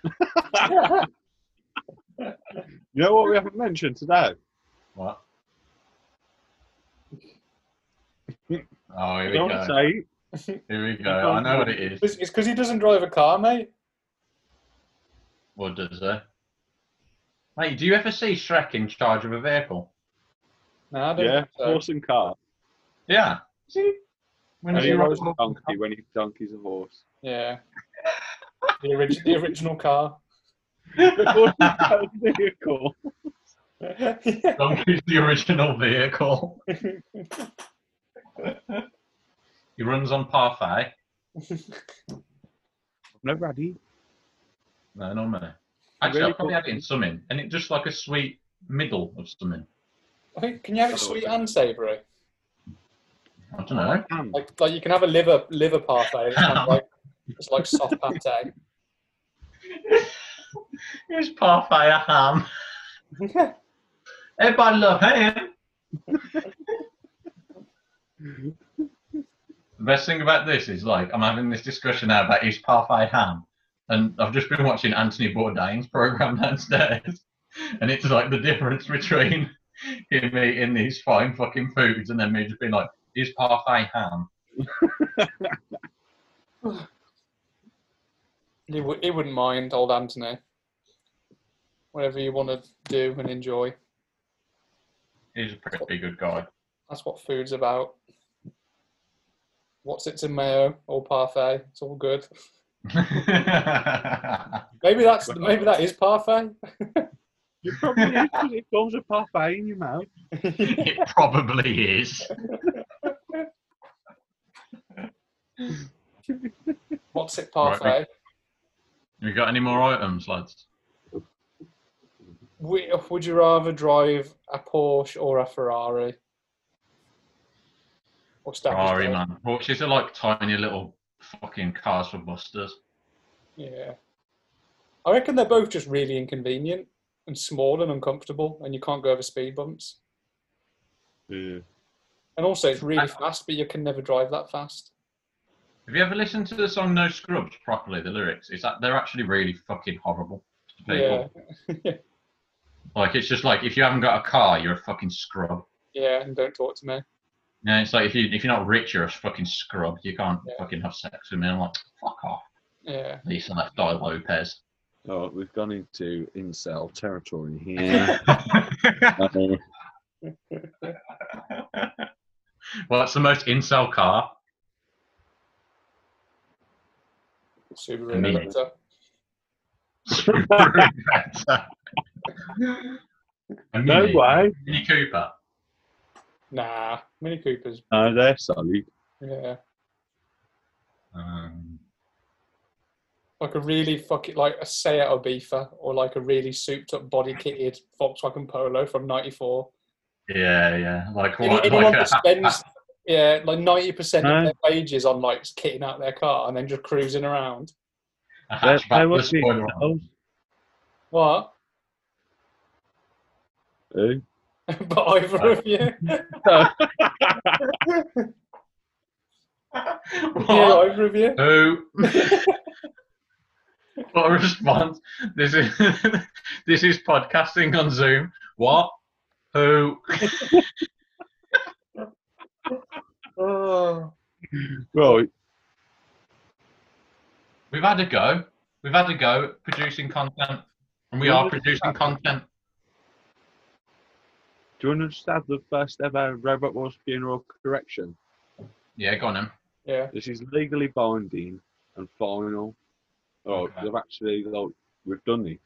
Speaker 1: You know what we haven't mentioned today?
Speaker 2: What? Oh, here
Speaker 1: I
Speaker 2: we
Speaker 1: don't
Speaker 2: go.
Speaker 1: say it.
Speaker 2: Here we go. I know what it is.
Speaker 3: It's because he doesn't drive a car, mate.
Speaker 2: What does it? Mate, do you ever see Shrek in charge of a vehicle?
Speaker 3: No, I don't
Speaker 1: Yeah,
Speaker 3: think so.
Speaker 1: horse and car.
Speaker 2: Yeah. See? When
Speaker 1: And
Speaker 2: he
Speaker 1: he
Speaker 2: rode
Speaker 1: rides a donkey when he donkeys a horse.
Speaker 3: Yeah. the, orig- the original car.
Speaker 1: The horse and car's vehicle.
Speaker 3: yeah.
Speaker 2: Donkey's the original vehicle. he runs on parfait.
Speaker 1: I've never had it.
Speaker 2: No, no, no. Actually,
Speaker 1: Really
Speaker 2: I probably
Speaker 1: cool.
Speaker 2: had it in something, and it just like a sweet middle of something.
Speaker 3: I think can you have it sweet and savoury?
Speaker 2: I don't know.
Speaker 1: Ham.
Speaker 3: Like like you can have a liver liver parfait. It's kind of like it's like soft pate.
Speaker 2: It was parfait a ham. Everybody love ham. the best thing about this is like I'm having this discussion now about is parfait ham, and I've just been watching Anthony Bourdain's program downstairs, and it's like the difference between him eating these fine fucking foods and then me just being like, is parfait ham?
Speaker 3: He, w- he wouldn't mind, old Anthony. Whatever you want to do and enjoy.
Speaker 2: He's a pretty good guy.
Speaker 3: That's what food's about. What's it's in mayo or parfait? It's all good. Maybe that's maybe that is parfait.
Speaker 1: You probably is, 'cause it comes a parfait in your mouth.
Speaker 2: it probably is.
Speaker 3: What's it parfait?
Speaker 2: You got any more items, lads?
Speaker 3: Wi- Would you rather drive a Porsche or a Ferrari? Or stack yourself?
Speaker 2: Ferrari, man. Porsches are like tiny little fucking cars for busters.
Speaker 3: Yeah. I reckon they're both just really inconvenient and small and uncomfortable, and you can't go over speed bumps.
Speaker 1: Yeah.
Speaker 3: And also, it's really fast, but you can never drive that fast.
Speaker 2: Have you ever listened to the song No Scrubs properly? The lyrics, it's that they're actually really fucking horrible to people.
Speaker 3: Yeah,
Speaker 2: Like it's just like if you haven't got a car, you're a fucking scrub.
Speaker 3: yeah, and don't talk to me.
Speaker 2: Yeah, it's like if you if you're not rich, you're a fucking scrub. You can't
Speaker 3: Yeah.
Speaker 2: fucking have sex with me. I'm like, fuck off,
Speaker 3: Yeah.
Speaker 2: Lisa left Di Lopez.
Speaker 1: Oh, we've gone into incel territory here. Uh, Uh-oh.
Speaker 2: well, that's the most incel car.
Speaker 3: Subaru
Speaker 2: Amazing.
Speaker 3: Electra.
Speaker 2: Subaru Impreza. A
Speaker 1: no
Speaker 2: Mini.
Speaker 1: way.
Speaker 2: Mini Cooper.
Speaker 3: Nah, Mini Coopers.
Speaker 1: No, they're solid.
Speaker 3: Yeah.
Speaker 2: Um,
Speaker 3: Like a really fucking, like a Seat Ibiza or like a really souped up body kitted Volkswagen Polo from 94.
Speaker 2: yeah, yeah. Like
Speaker 3: Any-
Speaker 2: what?
Speaker 3: anyone
Speaker 2: Like a,
Speaker 3: that spends, yeah, like 90%
Speaker 1: No.
Speaker 3: of their wages on like kitting out their car and then just cruising around.
Speaker 2: a
Speaker 1: They're,
Speaker 2: hatchback
Speaker 1: they're
Speaker 2: with a
Speaker 1: what they
Speaker 2: spoiler on.
Speaker 1: call-
Speaker 3: What?
Speaker 1: Eh?
Speaker 3: but either of you. Yeah,
Speaker 2: What?
Speaker 3: either of you.
Speaker 2: Who? what a response. This is this is podcasting on Zoom. What? Who?
Speaker 3: Oh.
Speaker 1: Right.
Speaker 2: We've had a go. We've had a go at producing content. And we are producing content.
Speaker 1: Do you understand the first ever Robot Wars funeral correction?
Speaker 2: Yeah, go on then.
Speaker 3: Yeah.
Speaker 1: This is legally binding and final. Oh,
Speaker 2: Okay.
Speaker 1: they've actually like, we've done it.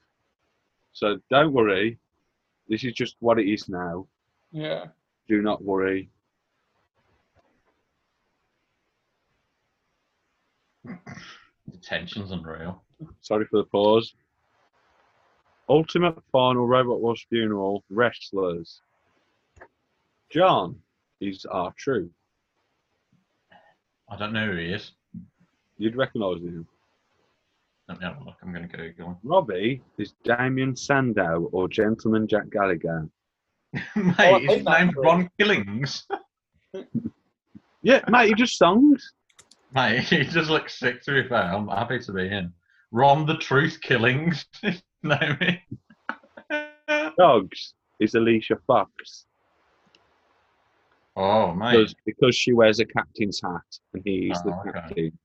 Speaker 1: So don't worry. This is just what it is now.
Speaker 3: Yeah.
Speaker 1: Do not worry.
Speaker 2: The tension's unreal.
Speaker 1: Sorry for the pause. Ultimate final Robot Wars funeral wrestlers. John is our truth.
Speaker 2: I don't know who he is.
Speaker 1: You'd recognise him.
Speaker 2: Let me have a look. I'm going to Google
Speaker 1: Robbie is Damien Sandow or Gentleman Jack Gallagher.
Speaker 2: him.
Speaker 3: Oh, I
Speaker 2: Mate, his
Speaker 3: think that's
Speaker 2: name's
Speaker 3: it.
Speaker 2: Ron Killings.
Speaker 1: Yeah, mate, he just songs.
Speaker 2: Mate, he does look sick to be fair. I'm happy to be in. Ron the Truth Killings. his name is.
Speaker 1: Dogs is Alicia Fox
Speaker 2: oh, mate.
Speaker 1: because, because she wears a captain's hat and he is
Speaker 2: Oh,
Speaker 1: the
Speaker 2: okay.
Speaker 1: captain.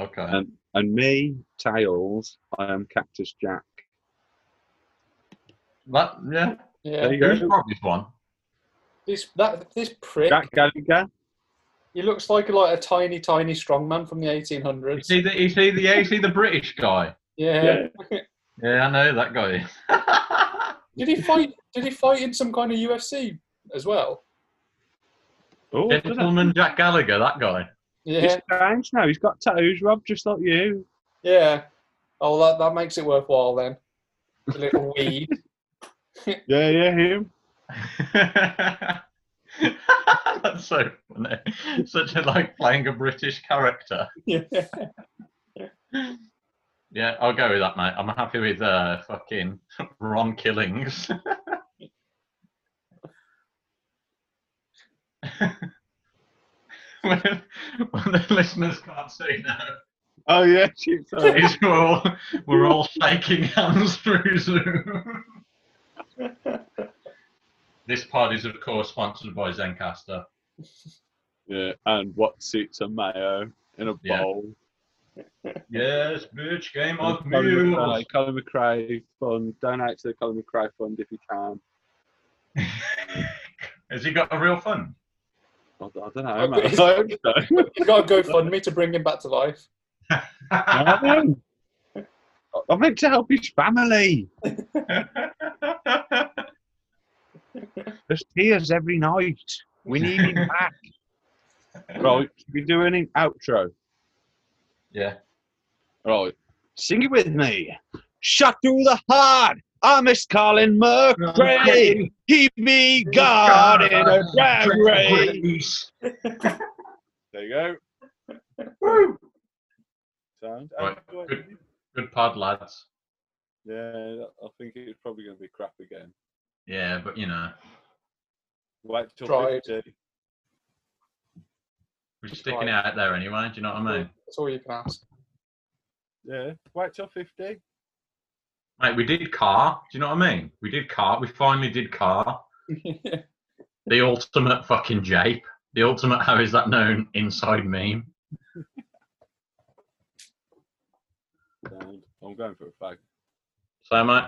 Speaker 2: Okay.
Speaker 1: Um, and me, Tails, I am Cactus Jack.
Speaker 2: that, yeah.
Speaker 1: There
Speaker 3: Yeah,
Speaker 1: you
Speaker 2: Who's
Speaker 1: go.
Speaker 2: Robbie's one?
Speaker 3: this that this prick.
Speaker 1: Jack Gallagher.
Speaker 3: He looks like a, like a tiny, tiny strongman from the
Speaker 2: You
Speaker 3: 1800s.
Speaker 2: see the, you see the, yeah, you see the British guy.
Speaker 3: Yeah.
Speaker 2: Yeah, I know that guy.
Speaker 3: Did he fight? Did he fight in some kind of UFC as well?
Speaker 1: Oh, look at that.
Speaker 2: Gentleman Jack Gallagher, that guy.
Speaker 3: Yeah.
Speaker 1: he's strange now. He's got tattoos, Rob, just like you.
Speaker 3: Yeah. Oh, that, that makes it worthwhile then. A little weed.
Speaker 1: Yeah, yeah, him.
Speaker 2: That's so funny. Such a like playing a British character.
Speaker 3: Yeah.
Speaker 2: Yeah, I'll go with that, mate. I'm happy with uh, fucking Ron Killings. when, when the listeners can't see now,
Speaker 1: Oh, yeah. She's, uh,
Speaker 2: is we're all, we're all shaking hands through Zoom. this pod is, of course, sponsored by Zencaster.
Speaker 1: yeah. And what suits a mayo in a
Speaker 2: Yeah.
Speaker 1: bowl.
Speaker 2: Yes, bitch, game of
Speaker 1: Colin
Speaker 2: mules.
Speaker 1: McRae, Colin McRae Fund. Donate to the Colin McRae Fund if you can.
Speaker 2: Has he got a real fun?
Speaker 1: I, don't know,
Speaker 3: mate.
Speaker 1: I hope so.
Speaker 3: you got to GoFundMe to bring him back to life.
Speaker 1: I meant to help his family. There's tears every night. We need him back. right, should we do an outro?
Speaker 2: yeah.
Speaker 1: Right. Sing it with me. Shot through the heart. I miss Colin McRae. Keep me God in a drag race. There you go.
Speaker 2: Woo.
Speaker 1: Sound.
Speaker 2: Right. Good, good pod, lads.
Speaker 1: Yeah, I think it's probably going to be crap again.
Speaker 2: Yeah, but you know,
Speaker 1: Wait till
Speaker 3: Tried.
Speaker 1: 50.
Speaker 2: we're sticking it out there anyway. Do you know what I mean?
Speaker 3: That's all you can ask.
Speaker 1: Yeah, wait till 50.
Speaker 2: Mate, we did car. Do you know what I mean? We did car. We finally did car. The ultimate fucking jape. The ultimate, how is that known, inside meme.
Speaker 1: Sound. I'm going for a fag.
Speaker 2: So, mate,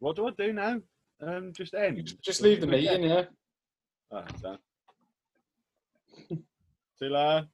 Speaker 1: What do I do now? Um, just end.
Speaker 3: Just leave the meeting, yeah.
Speaker 1: Ah, sound. See you later.